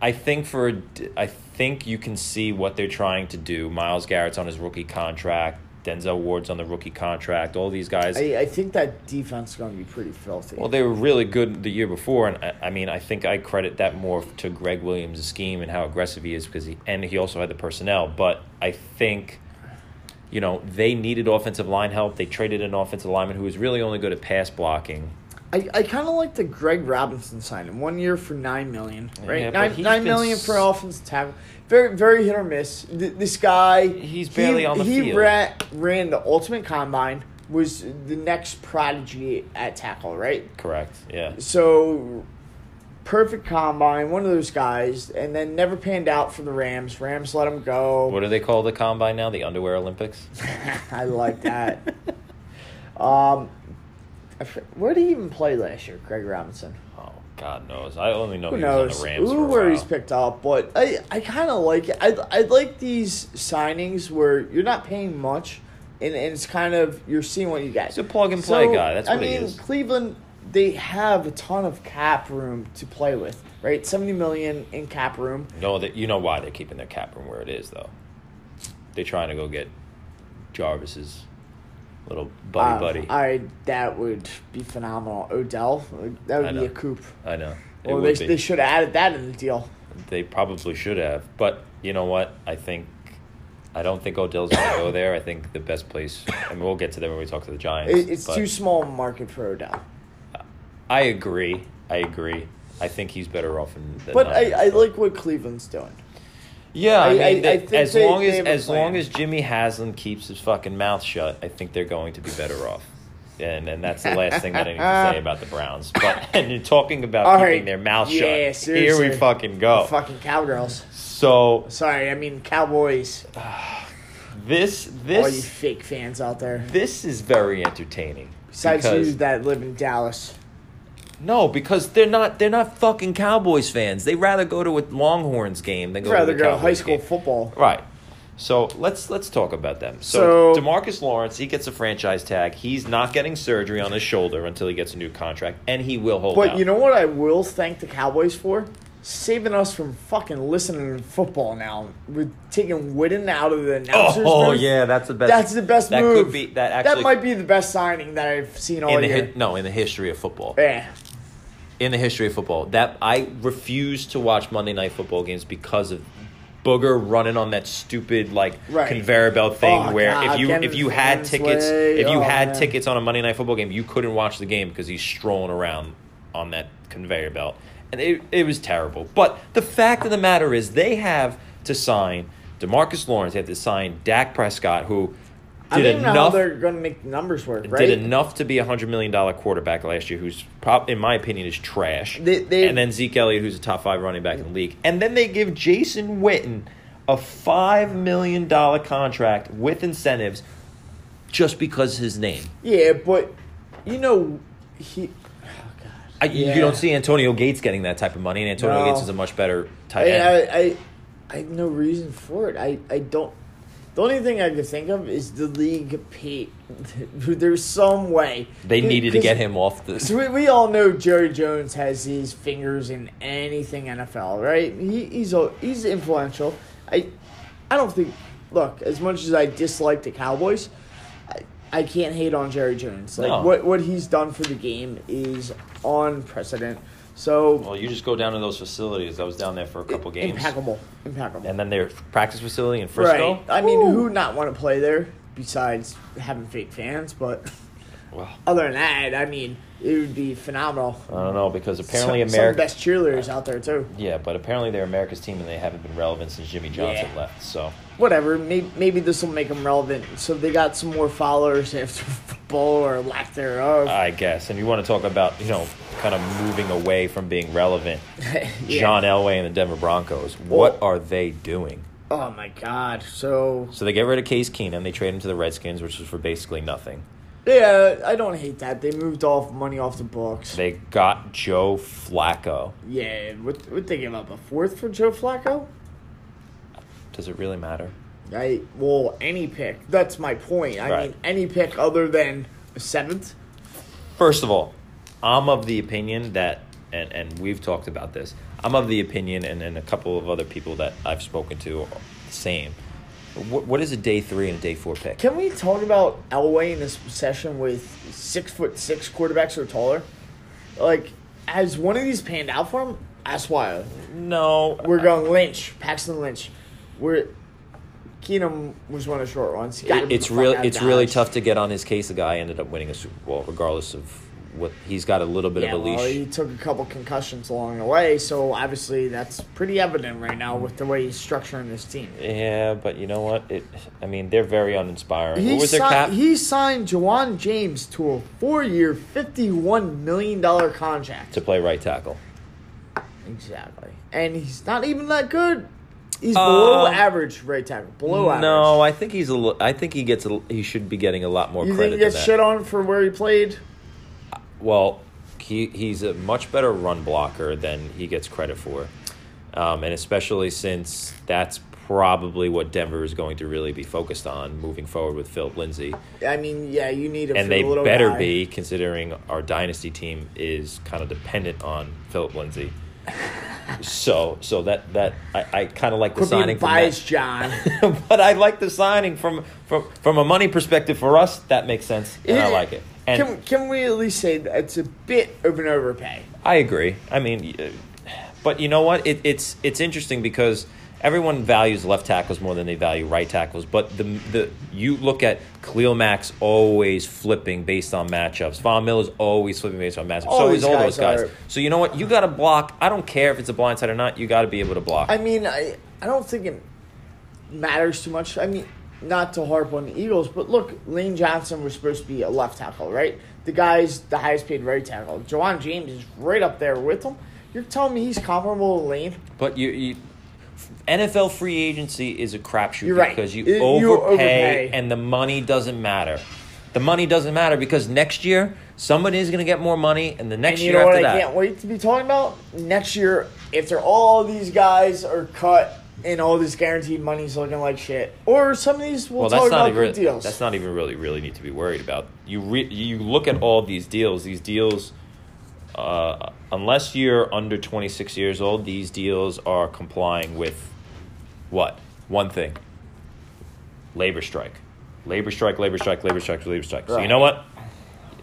A: I think for a d- I think you can see what they're trying to do. Miles Garrett's on his rookie contract. Denzel Ward's on the rookie contract. All these guys.
B: I, I think that defense is going to be pretty filthy.
A: Well, they were really good the year before, and I, I mean, I think I credit that more to Greg Williams' scheme and how aggressive he is because he and he also had the personnel. But I think, you know, they needed offensive line help. They traded an offensive lineman who was really only good at pass blocking.
B: I, I kind of like the Greg Robinson signing, one year for nine million, right?
A: Yeah, but
B: nine
A: he's
B: nine
A: been
B: million for
A: s-
B: offensive tackle. Very very hit or miss. Th- this guy,
A: He's barely on the
B: he
A: field.
B: ran, ran the ultimate combine. Was the next prodigy at tackle, right?
A: Correct. Yeah.
B: So perfect combine, one of those guys, and then never panned out for the Rams. Rams let him go.
A: What do they call the combine now? The underwear Olympics.
B: I like that. um, I fr- where did he even play last year, Greg Robinson?
A: Oh God knows. I only know
B: Who
A: Oh, he was on
B: knows
A: the Rams.
B: who
A: for a
B: where he's
A: while.
B: picked up? But I, I kind of like it. I, I like these signings where you're not paying much, and, and it's kind of you're seeing what you get.
A: He's a plug and play
B: So,
A: guy. That's
B: I
A: what he
B: mean,
A: is.
B: Cleveland they have a ton of cap room to play with, right? Seventy million in cap room.
A: No, that you know why they're keeping their cap room where it is, though. They're trying to go get Jarvis's little buddy
B: Uh,
A: buddy. I,
B: I that would be phenomenal. Odell, like, that
A: I
B: would be
A: know.
B: a coup.
A: know. It
B: Well, they,
A: would
B: they
A: be.
B: should have added that in the deal.
A: They probably should have, but you know what? I think I don't think Odell's gonna go there. I think the best place, and we'll get to them when we talk to the Giants.
B: It, it's
A: but
B: too small a market for Odell.
A: I agree. I agree. I think he's better off in. than
B: But
A: not.
B: I, I like what Cleveland's doing.
A: Yeah, I,
B: I-
A: mean,
B: I-
A: they-
B: I think
A: as
B: they-
A: long
B: they
A: as
B: have a
A: as long
B: plan.
A: as Jimmy Haslam keeps his fucking mouth shut, I think they're going to be better off. And and that's the last thing that I need to say about the Browns. But and you're talking about
B: All
A: keeping
B: right.
A: their mouth
B: Yeah,
A: shut. Here we
B: seriously.
A: fucking go.
B: Fucking cowgirls.
A: So
B: Sorry, I mean Cowboys.
A: this
B: All you
A: this
B: fake fans out there.
A: this is very entertaining.
B: Besides
A: because-
B: you that live in Dallas.
A: No, because they're not they're not fucking Cowboys fans. They rather go to a Longhorns game than
B: I'd
A: go
B: rather
A: to
B: go
A: a
B: to high school football.
A: Right. So let's let's talk about them. So,
B: So-
A: Demarcus Lawrence, he gets a franchise tag. He's not getting surgery on his shoulder until he gets a new contract, and he will hold
B: But
A: out.
B: you know what I will thank the Cowboys for? Saving us from fucking listening to football now. With taking Witten out of the announcers.
A: oh
B: booth.
A: yeah, that's the best.
B: That's the best
A: that
B: move.
A: could be that actually
B: might be the best signing that I've seen all
A: in the
B: year.
A: hi- no in the history of football.
B: yeah.
A: In the history of football, that I refuse to watch Monday night football games because of. Booger running on that stupid like
B: Right.
A: conveyor belt thing
B: Oh,
A: where
B: God,
A: if you
B: Kevin
A: if you had
B: Flynn's
A: tickets
B: way.
A: if you
B: Oh,
A: had
B: man.
A: tickets on a Monday night football game you couldn't watch the game because he's strolling around on that conveyor belt and it it was terrible. But the fact of the matter is they have to sign DeMarcus Lawrence, they have to sign Dak Prescott who
B: I
A: did
B: don't even know how
A: enough
B: they're going to make the numbers work, right?
A: did enough to be a hundred million dollar quarterback last year, who's prob- in my opinion is trash.
B: They- they-
A: and then Zeke Elliott, who's a top five running back in the league, and then they give Jason Witten a five million dollar contract with incentives, just because his name.
B: Yeah, but you know, he. Oh God.
A: I,
B: Yeah.
A: You don't see Antonio Gates getting that type of money, and Antonio
B: No.
A: Gates is a much better tight
B: I,
A: end.
B: I, I, I have no reason for it. I, I don't. The only thing I could think of is the league paid. There's some way
A: they needed to get
B: 'cause-
A: him off the.
B: So we, we all know Jerry Jones has his fingers in anything NFL, right? He, he's a, he's influential. I I don't think. Look, as much as I dislike the Cowboys, I, I can't hate on Jerry Jones. Like
A: No.
B: what what he's done for the game is unprecedented. So
A: Well, you just go down to those facilities. I was down there for a couple games,
B: impeccable, impeccable.
A: and then their practice facility in Frisco.
B: right? I mean,
A: Woo.
B: who not want to play there besides having fake fans? But
A: Well,
B: other than that, I mean, it would be phenomenal.
A: I don't know because apparently
B: some, some
A: America.
B: best cheerleaders out there too.
A: Yeah, but apparently they're America's team and they haven't been relevant since Jimmy Johnson
B: Yeah.
A: left. So
B: whatever. Maybe, maybe this will make them relevant. So they got some more followers after football or lack thereof.
A: I guess. And you want to talk about, you know, kind of moving away from being relevant.
B: Yeah.
A: John Elway and the Denver Broncos. What
B: Well-
A: are they doing?
B: Oh my god. So
A: So they get rid of Case Keenum. They trade him to the Redskins, which was for basically nothing.
B: yeah, I don't hate that they moved off money off the books.
A: They got Joe Flacco.
B: yeah, what what they give up a fourth for Joe Flacco?
A: Does it really matter?
B: I well any pick. That's my point. I
A: Right.
B: mean any pick other than a seventh.
A: First of all, I'm of the opinion that, and, and we've talked about this, I'm of the opinion, and, and a couple of other people that I've spoken to, are the same. What, what is a day three and a day four pick?
B: Can we talk about Elway in this session with six foot six quarterbacks or taller? Like, has one of these panned out for him? That's why
A: No.
B: we're going Lynch, Paxton Lynch. We're Keenum was one of the short ones. He got him
A: It- it's
B: the fuck
A: real.
B: out of
A: It's really
B: Dodge.
A: tough to get on his case. The guy ended up winning a Super Bowl, regardless of what he's got a little bit
B: Yeah,
A: of a leash.
B: well, he took a couple concussions along the way, so obviously that's pretty evident right now with the way he's structuring this team.
A: yeah, but you know what? It. I mean, they're very uninspiring.
B: He,
A: what was their
B: si-
A: cap?
B: he signed Jawan James to a four-year, fifty-one million dollar contract.
A: to play right tackle.
B: Exactly. And he's not even that good. He's below
A: Um,
B: average right tackle. Below average.
A: No, I think he's a. li- I think he gets. A, he should be getting a lot more
B: You think
A: credit
B: he
A: than
B: gets
A: that.
B: shit on for where he played?
A: Well, he he's a much better run blocker than he gets credit for, um, and especially since that's probably what Denver is going to really be focused on moving forward with Philip Lindsay.
B: I mean, yeah, you need him. for
A: and they
B: the little
A: better
B: guy.
A: be considering our dynasty team is kind of dependent on Philip Lindsay. so so that that I, I kind of like the
B: Could be
A: signing from that.
B: biased, John.
A: but I like the signing from from from a money perspective for us. That makes sense, and I
B: It-
A: like it. And
B: can, can we at least say that it's a bit of an overpay?
A: I agree. I mean, uh, but you know what? It, it's it's interesting because everyone values left tackles more than they value right tackles. But the the you look at Khalil Mack's always flipping based on matchups. Von Miller's always flipping based on matchups.
B: All
A: so is
B: these
A: all
B: guys
A: those guys.
B: are-
A: So you know what? You got to block. I don't care if it's a blind side or not. You got to be able to block.
B: I mean, I, I don't think it matters too much. I mean, not to harp on the Eagles, but look, Lane Johnson was supposed to be a left tackle, right? The guy's the highest paid right tackle. Jawan James is right up there with him. You're telling me he's comparable to Lane?
A: But you, you NFL free agency is a crapshoot
B: You're right.
A: because you,
B: It- you
A: overpay,
B: overpay.
A: and the money doesn't matter. The money doesn't matter because next year somebody is going to get more money, and the next
B: And you
A: year
B: know what
A: after
B: I
A: that,
B: can't wait to be talking about? Next year, after all these guys are cut and all this guaranteed money's looking like shit. Or some of these we'll
A: well,
B: talk
A: that's not
B: about
A: even
B: good
A: really,
B: deals.
A: that's not even really really need to be worried about. You re, you look at all these deals. These deals, uh, unless you're under 26 years old, these deals are complying with what one thing: labor strike, labor strike, labor strike, labor strike, labor strike. So you
B: Right.
A: know what?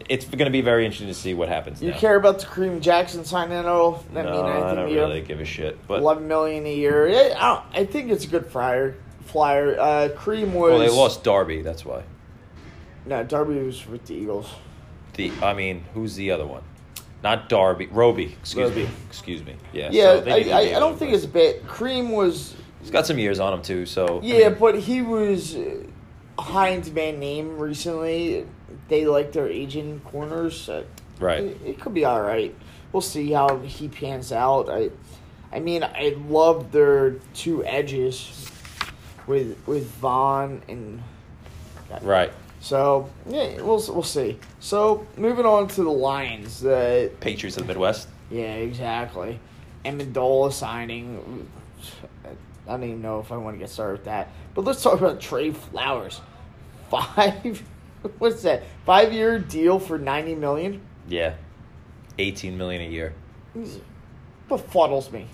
A: It's going to be very interesting to see what happens.
B: you
A: now.
B: care about the Kareem Jackson signing at all? That
A: no,
B: mean anything
A: I don't
B: to you?
A: really give a shit. But
B: eleven million a year. Yeah, I, don't, I think it's a good flyer. Flyer. Uh, Cream was.
A: well, they lost Darby. That's why.
B: No, Darby was with the Eagles.
A: The I mean, who's the other one? Not Darby, Roby. Excuse
B: Roby.
A: me. Excuse me. Yeah.
B: Yeah,
A: so they
B: I,
A: need to
B: I,
A: be
B: I don't
A: able
B: think
A: to-
B: it's bad. Cream was.
A: He's got some years on him too. So I
B: Yeah,
A: mean,
B: but he was uh, Heinz Van Name recently. They like their aging corners. so
A: Right.
B: It, it could be all right. We'll see how he pans out. I, I mean, I love their two edges, with with Vaughn and
A: right.
B: So yeah, we'll we'll see. So moving on to the Lions. Uh,
A: Patriots of the Midwest.
B: yeah, exactly. Amendola signing. I don't even know if I want to get started with that. But let's talk about Trey Flowers. Five. What's that? Five year deal for ninety million.
A: Yeah. Eighteen million a year.
B: Befuddles me.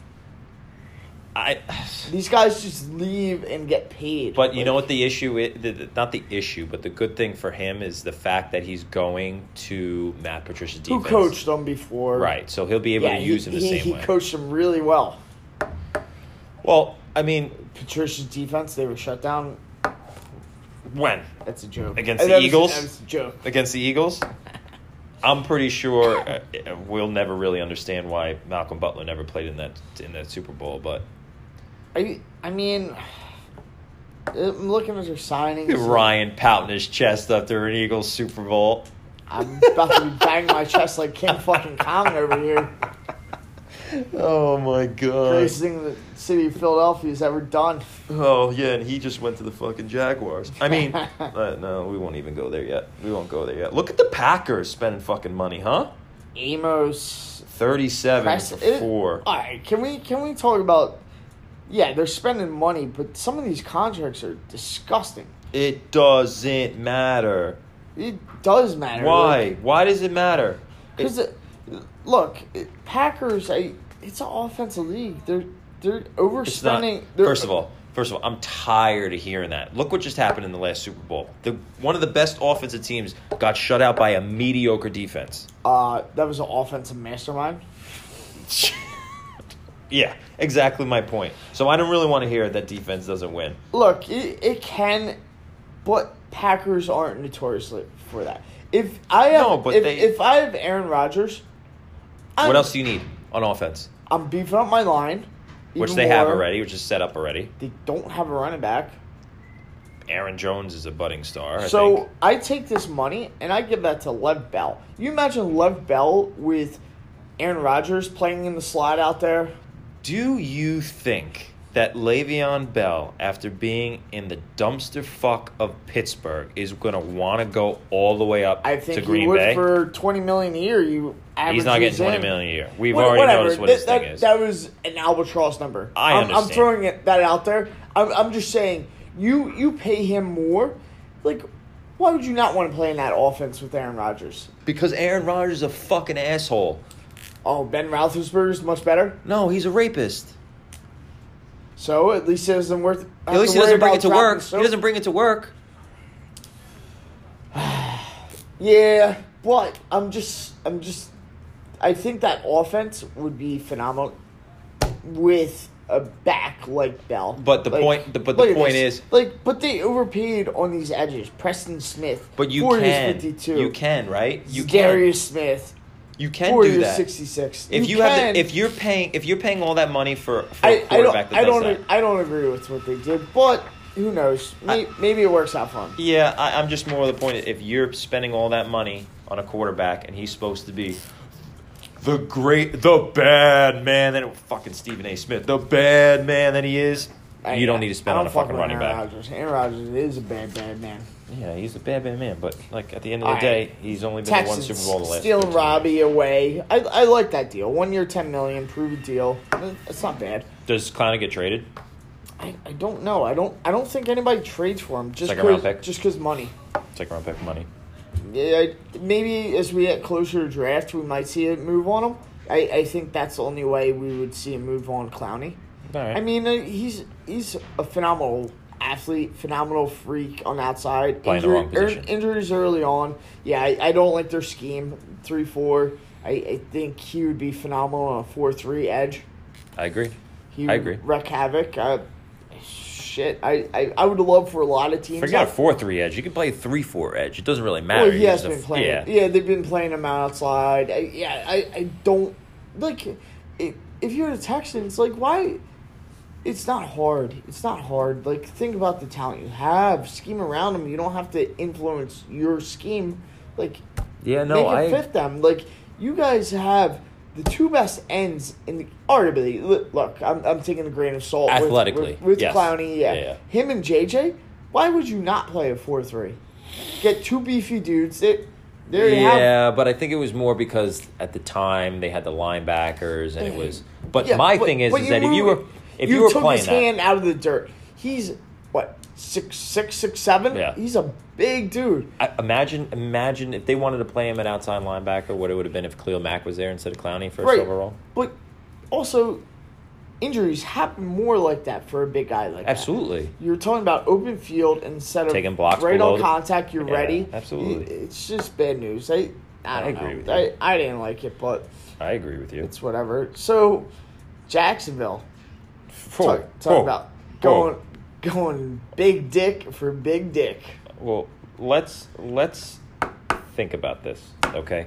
A: I.
B: These guys just leave and get paid.
A: But you
B: Like,
A: know what the issue is? The, the- not the issue, but the good thing for him is the fact that he's going to Matt Patricia's
B: Who
A: defense.
B: coached them before?
A: Right. So he'll be able
B: Yeah,
A: to
B: he,
A: use him the
B: he,
A: same
B: he
A: way.
B: coached them really well.
A: well, I mean,
B: Patricia's defense, they were shut down.
A: when
B: That's a joke.
A: Against
B: Uh,
A: the
B: that was-
A: Eagles?
B: that was a joke.
A: against the Eagles. I'm pretty sure uh, uh, we'll never really understand why Malcolm Butler never played in that in that Super Bowl, but
B: I I mean, uh, I'm looking at your signings.
A: Ryan pouting his chest after an Eagles Super Bowl.
B: I'm about to bang my chest like King fucking Kong over here.
A: Oh my god.
B: Greatest thing the city of Philadelphia's ever done.
A: Oh yeah, and he just went to the fucking Jaguars. I mean, uh, no, we won't even go there yet. We won't go there yet. Look at the Packers spending fucking money, huh?
B: Amos.
A: Thirty-seven
B: Press,
A: for
B: it-
A: four.
B: all right, can we can we talk about yeah, they're spending money, but some of these contracts are disgusting.
A: It doesn't matter.
B: It does matter.
A: Why? Why does it matter?
B: Because
A: It-
B: look, it- Packers. I, it's an offensive league. They're they're
A: It's not.
B: overspending. they're,
A: First of all, first of all, I'm tired of hearing that. Look what just happened in the last Super Bowl. The one of the best offensive teams got shut out by a mediocre defense.
B: uh, that was an offensive mastermind.
A: yeah, exactly my point. So I don't really want to hear that defense doesn't win.
B: Look, it, it can, but Packers aren't notoriously for that. If I have,
A: No, but
B: if,
A: they-
B: if I have Aaron Rodgers, I'm,
A: What else do you need on offense?
B: I'm beefing up my line,
A: Which
B: even
A: they have
B: more.
A: already, which is set up already.
B: They don't have a running back,
A: Aaron Jones is a budding star. I
B: so
A: think.
B: I take this money and I give that to Lev Bell. You imagine Lev Bell with Aaron Rodgers playing in the slot out there.
A: do you think that Le'Veon Bell, after being in the dumpster fuck of Pittsburgh, is going to want to go all the way up
B: I think
A: to
B: he
A: Green
B: would
A: Bay?
B: for twenty million a year. You average
A: He's not getting
B: these
A: twenty
B: in.
A: million a year. We've
B: Wha-
A: already
B: whatever.
A: noticed what
B: that,
A: his
B: that,
A: thing is.
B: That was an albatross number.
A: I
B: I'm, I'm
A: understand.
B: throwing it, that out there. I'm, I'm just saying, you you pay him more. Like, why would you not want to play in that offense with Aaron Rodgers?
A: because Aaron Rodgers is a fucking asshole.
B: Oh, Ben Roethlisberger's much better.
A: No, he's a rapist.
B: So at least it doesn't worth. have
A: At least he
B: worry
A: doesn't bring
B: about
A: it to
B: dropping
A: work.
B: so-
A: He doesn't bring it to work.
B: Yeah, but I'm just, I'm just, I think that offense would be phenomenal with a back like Bell.
A: But the
B: Like,
A: point- the- but the
B: look at
A: point
B: this.
A: is-
B: like, but they overpaid on these edges. Preston Smith,
A: But you
B: 40 is
A: can.
B: 52.
A: You can, right? You
B: Darius Smith,
A: can. You can
B: four
A: do
B: years
A: that.
B: 66.
A: If you, have,
B: can.
A: the, if you're paying, if you're paying all that money for, for a
B: I, I don't,
A: quarterback
B: I
A: that does
B: don't,
A: that.
B: I don't agree with what they did, but who knows? Maybe, maybe it works out for him.
A: Yeah, I, I'm just more of the point. If you're spending all that money on a quarterback and he's supposed to be the great, the bad man, then fucking Stephen A. Smith, the bad man that he is, you don't need to spend
B: I
A: on a
B: don't fuck
A: fucking
B: with
A: running
B: Aaron
A: back.
B: Rodgers. Aaron Rodgers is a bad, bad man.
A: Yeah, he's a bad, bad man. But like at the end of the
B: All
A: day,
B: right.
A: he's only been to one
B: Texans
A: Super Bowl the last.
B: stealing
A: 13 years.
B: Robbie away. I, I like that deal. One year, ten million, prove a deal. It's not bad.
A: Does Clowney get traded?
B: I, I don't know. I don't I don't think anybody trades for him just
A: Second round
B: cause,
A: pick.
B: just because money.
A: Second round pick money.
B: Yeah, I, maybe as we get closer to draft, we might see it move on him. I, I think that's the only way we would see a move on Clowney.
A: All right.
B: I mean, uh, he's he's a phenomenal athlete, phenomenal freak on the outside.
A: Playing the wrong
B: er,
A: position.
B: injuries early on. Yeah, I, I don't like their scheme three four. I, I think he would be phenomenal on a four three edge.
A: I agree.
B: He
A: I
B: would
A: agree.
B: Wreck havoc. Uh, shit, I, I I would love for a lot of teams.
A: Forget a four three edge. You can play three four edge. It doesn't really matter.
B: Well, he
A: He's
B: has
A: just a
B: Oh, been
A: f-
B: playing. Yeah. they've been playing him outside. I, yeah, I, I don't like if if you're the Texans, like why? It's not hard. It's not hard. Like think about the talent you have. Scheme around them. You don't have to influence your scheme. Like
A: Yeah,
B: make
A: no,
B: it
A: I
B: fit them. Like you guys have. The two best ends in the arguably look. look, I'm I'm taking a grain of salt with-
A: Athletically,
B: with, with
A: yes.
B: Clowney. Yeah.
A: Yeah, yeah.
B: him and JJ. Why would you not play a four three? Get two beefy dudes. It, there you have.
A: Yeah, but I think it was more because at the time they had the linebackers and it was. But
B: Mm-hmm. Yeah,
A: my thing is,
B: but
A: is that if you
B: move-
A: were if you, were
B: took
A: playing
B: his
A: that,
B: hand out of the dirt, he's what six six six seven.
A: Yeah.
B: he's a big dude.
A: I- imagine imagine if they wanted to play him an outside linebacker, what it would have been if Cleo Mack was there instead of Clowney first
B: Right,
A: overall.
B: but also injuries happen more like that for a big guy like that.
A: Absolutely.
B: You're talking about open field instead of
A: Taking blocks
B: right
A: below
B: on
A: the-
B: contact. You're
A: Yeah,
B: ready.
A: absolutely.
B: It- It's just bad news. I I,
A: I
B: don't
A: agree
B: know.
A: with you.
B: I, I didn't like it, but
A: I agree with you.
B: it's whatever. So Jacksonville,
A: Four.
B: talk, talk about going going big dick for big dick.
A: Well, let's let's think about this, okay?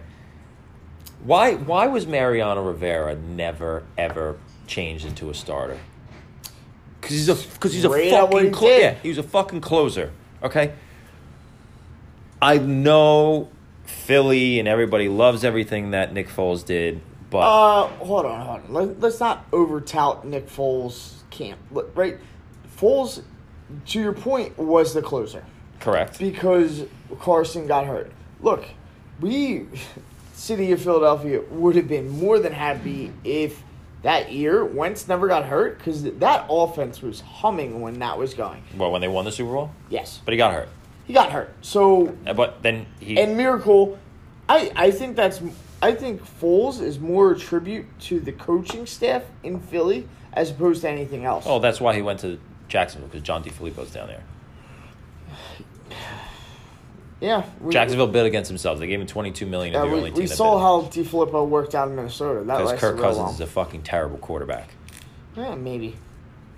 A: Why why was Mariano Rivera never ever changed into a starter? Because he's a because he's a
B: Right at what
A: fucking
B: he
A: clo-
B: did.
A: yeah he was a fucking closer, okay? I know Philly and everybody loves everything that Nick Foles did, but
B: Uh, hold on, hold on. Let, let's not over tout Nick Foles' camp, Look, right? Foles, to your point, was the closer.
A: correct.
B: because Carson got hurt. Look, we, city of Philadelphia, would have been more than happy if that year, Wentz never got hurt because that offense was humming when that was going.
A: Well, when they won the Super Bowl,
B: Yes,
A: but he got hurt.
B: he got hurt. So
A: Uh, But then he
B: and Miracle, I I think that's I think Foles is more a tribute to the coaching staff in Philly as opposed to anything else.
A: Oh, that's why he went to Jacksonville because John DiFilippo's down there.
B: yeah, we,
A: Jacksonville bid against themselves. They gave him twenty two million.
B: uh,
A: and they're
B: we,
A: only
B: we
A: team
B: saw how DiFilippo worked out in Minnesota. That
A: because
B: lasted
A: Kirk
B: real
A: Cousins
B: long.
A: is a fucking terrible quarterback.
B: yeah, maybe.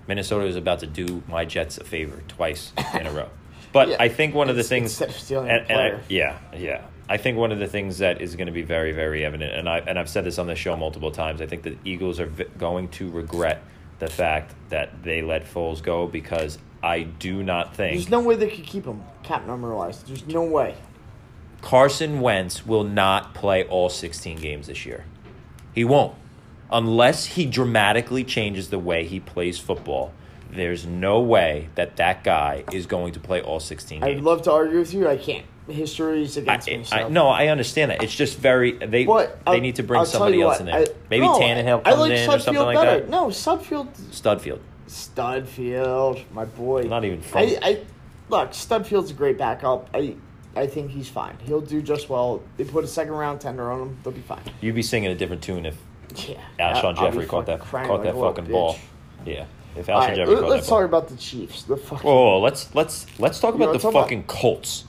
A: Minnesota is about to do my Jets a favor twice in a row. But
B: Yeah.
A: I think one of the
B: It's-
A: things,
B: instead of stealing a
A: and, and I-
B: player.
A: yeah, yeah, I think one of the things that is going to be very, very evident, and I and I've said this on the show multiple times. I think the Eagles are v- going to regret the fact that they let Foles go because I do not think
B: There's no way they could keep him cap number wise. There's no way.
A: Carson Wentz will not play all 16 games this year. He won't. Unless he dramatically changes the way he plays football, there's no way that that guy is going to play all 16
B: I'd
A: games.
B: love to argue with you. I can't. History is against me.
A: I,
B: So.
A: I, no, I understand that. It's just very they
B: But
A: they
B: I'll-
A: need to bring
B: I'll tell
A: somebody
B: you
A: else
B: what,
A: in there.
B: I-
A: Maybe
B: no,
A: Tannehill comes
B: I like
A: in or
B: Sudfield
A: something like
B: better.
A: that.
B: No, Sudfield,
A: Studfield.
B: Studfield, my boy.
A: Not even from-
B: I, I look. Studfield's a great backup. I I think he's fine. He'll do just well. They put a second round tender on him. They'll be fine.
A: You'd be singing a different tune if
B: Yeah.
A: Alshon
B: I'll be
A: Jeffrey caught
B: fucking
A: that
B: crying
A: caught
B: like
A: that
B: a little
A: fucking
B: bitch.
A: ball. Yeah, if
B: All
A: Alshon
B: right,
A: Jeffrey
B: let-
A: caught
B: let's
A: that ball.
B: talk about the Chiefs. The fucking
A: Oh, let's let's let's talk about
B: wanna
A: the
B: talk about-
A: fucking Colts.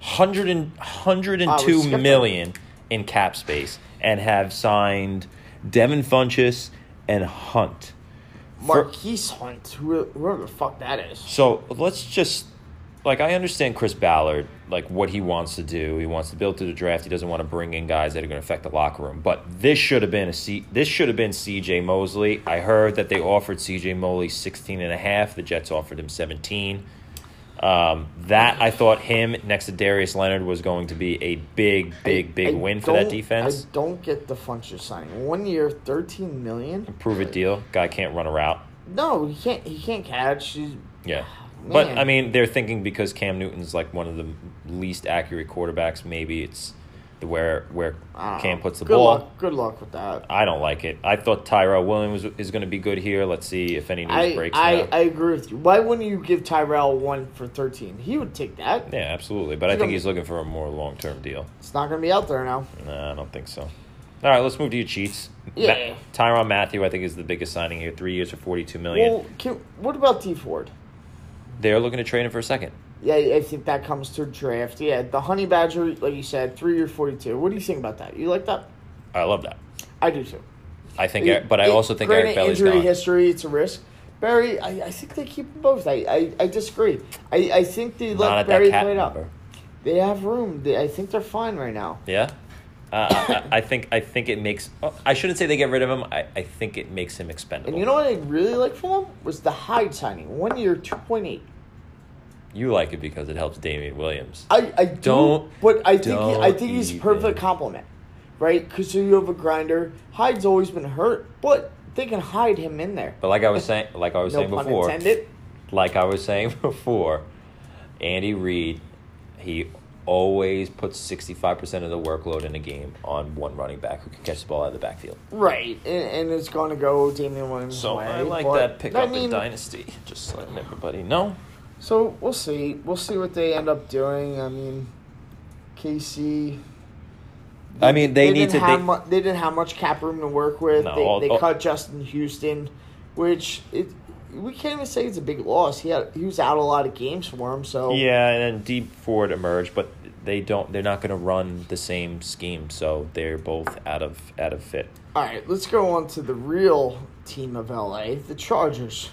A: Hundred and hundred and
B: Ah, we
A: two
B: skipped
A: million in cap space and have signed Devin Funchess and Hunt.
B: Marquise Hunt. Who, whoever the fuck that is.
A: So let's just like I understand Chris Ballard, like what he wants to do. He wants to build through the draft. He doesn't want to bring in guys that are going to affect the locker room. But this should have been a C, this should have been CJ Mosley. I heard that they offered CJ Mosley 16 and a half. The Jets offered him 17. Um, that I thought him next to Darius Leonard was going to be a big, big, big
B: I
A: win for that
B: don't-
A: defense.
B: I don't get the Funches signing. One year, thirteen million.
A: Prove it deal. Guy can't run a route.
B: No, he can't. He can't catch. He's,
A: Yeah. But
B: Man.
A: I mean, they're thinking because Cam Newton's like one of the least accurate quarterbacks, maybe it's the where where
B: I don't
A: Cam
B: know.
A: puts the
B: Oh, good
A: ball.
B: Luck, good luck with that.
A: I don't like it. I thought Tyrell Williams was- is going to be good here. Let's see if any news
B: I
A: breaks.
B: I,
A: now.
B: I agree with you. Why wouldn't you give Tyrell one for thirteen? He would take that.
A: yeah, absolutely. But I
B: He's
A: think
B: gonna-
A: he's looking for a more long term deal.
B: It's not gonna be out there now.
A: Nah, I don't think so. All right, let's move to your Chiefs.
B: Yeah.
A: Tyron Matthew, I think, is the biggest signing here. Three years for forty-two million.
B: Well, can, what about T Ford?
A: They're looking to trade him for a second.
B: Yeah, I think that comes to draft. Yeah, the Honey Badger, like you said, three or forty-two. What do you think about that? You like that?
A: I love that.
B: I do too.
A: I think, Eric- but I
B: It-
A: also think
B: granted,
A: Eric Belly's
B: injury
A: gone.
B: history. It's a risk. Barry, I, I think they keep them both. I, I, I disagree. I, I think they let
A: Not at that
B: Barry
A: cap
B: play it
A: number.
B: up. They have room. They, I think they're fine right now.
A: Yeah, uh, I, I- I think I think it makes. oh, I shouldn't say they get rid of him. I, I think it makes him expendable.
B: And you know what I really liked from them was the Hyde signing. One year, two point eight.
A: you like it because it helps Damian Williams.
B: I, I do,
A: Don't-
B: but I think he, I
A: don't
B: think he's a
A: even.
B: perfect complement, right? Because you have a grinder. Hyde's always been hurt, but they can hide him in there.
A: But like I was saying, like I was
B: No
A: saying
B: pun
A: before,
B: intended.
A: like I was saying before, Andy Reid, he always puts sixty five percent of the workload in a game on one running back who can catch the ball out of the backfield.
B: Right, and, and it's going to go Damian Williams.
A: So
B: way,
A: I like
B: but-
A: that pickup
B: I
A: in
B: mean,
A: Dynasty. Just letting everybody know.
B: So we'll see. We'll see what they end up doing. I mean, KC.
A: I mean, they, need
B: didn't
A: to.
B: Have
A: they-
B: mu- they didn't have much cap room to work with.
A: No,
B: they
A: all-
B: they
A: all-
B: cut Justin Houston, which it we can't even say it's a big loss. He had he was out a lot of games for him. So
A: Yeah, and then deep forward emerged, but they don't. They're not going to run the same scheme, so they're both out of out of fit.
B: all right, let's go on to the real team of LA, the Chargers.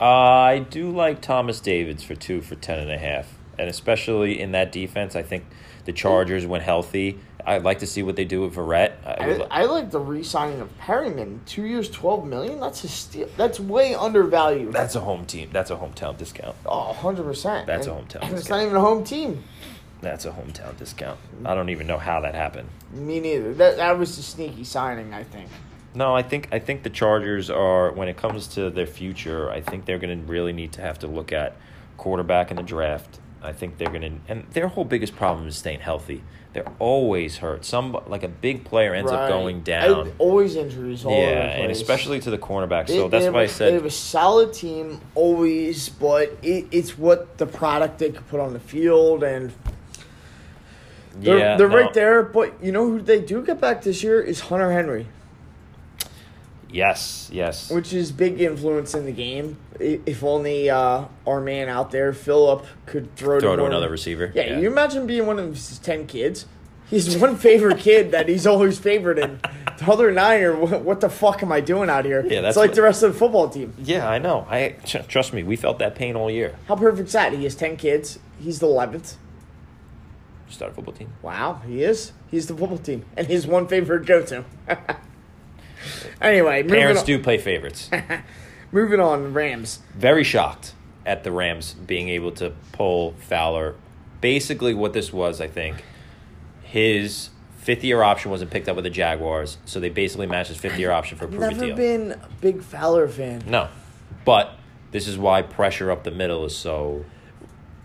A: Uh, I do like Thomas Davids for two for ten and a half, and especially in that defense, I think the Chargers when healthy. I'd like to see what they do with Verrett. I would
B: I,
A: li-
B: I like the re-signing of Perryman. Two years, twelve million. That's a steal. That's way undervalued.
A: that's a home team. That's a hometown discount.
B: Oh, 100%.
A: That's a
B: And-
A: hometown
B: and It's
A: discount.
B: not even a home team.
A: That's a hometown discount. I don't even know how that happened.
B: Me neither. That, that was a sneaky signing, I think.
A: No, I think I think the Chargers are when it comes to their future, I think they're going to really need to have to look at quarterback in the draft I think they're going to, and their whole biggest problem is staying healthy. They're always hurt. Some like a big player ends up
B: Right.
A: going
B: I-
A: down.
B: always injuries. All
A: yeah,
B: over the
A: and
B: place.
A: especially to the cornerback.
B: They-
A: So that's
B: they have
A: why I
B: a- they have
A: said
B: a solid team always, but it, it's what the product they could put on the field, and they're,
A: yeah,
B: they're
A: no.
B: right there. But you know who they do get back this year is Hunter Henry,
A: Yes, yes.
B: which is big influence in the game. I- If only uh, our man out there, Philip, could throw,
A: Throw to
B: one-
A: another receiver.
B: Yeah, you imagine being one of his ten kids. He's one favorite kid that he's always favored, and the other nine are what, what the fuck am I doing out here?
A: Yeah, that's
B: it's like
A: what-
B: the rest of the football team.
A: Yeah, I know. I tr- trust me. We felt that pain all year.
B: How perfect's that? He has ten kids. He's the eleventh.
A: Start a football team.
B: Wow, he is. He's the football team, and his one favorite go-to. anyway, moving
A: Parents
B: on,
A: do play favorites.
B: moving on. Rams.
A: Very shocked at the Rams being able to pull Fowler. Basically, what this was, I think, his fifth year option wasn't picked up with the Jaguars, so they basically matched his fifth year option for a proven
B: Never
A: deal.
B: been a big Fowler fan.
A: No, but this is why pressure up the middle is so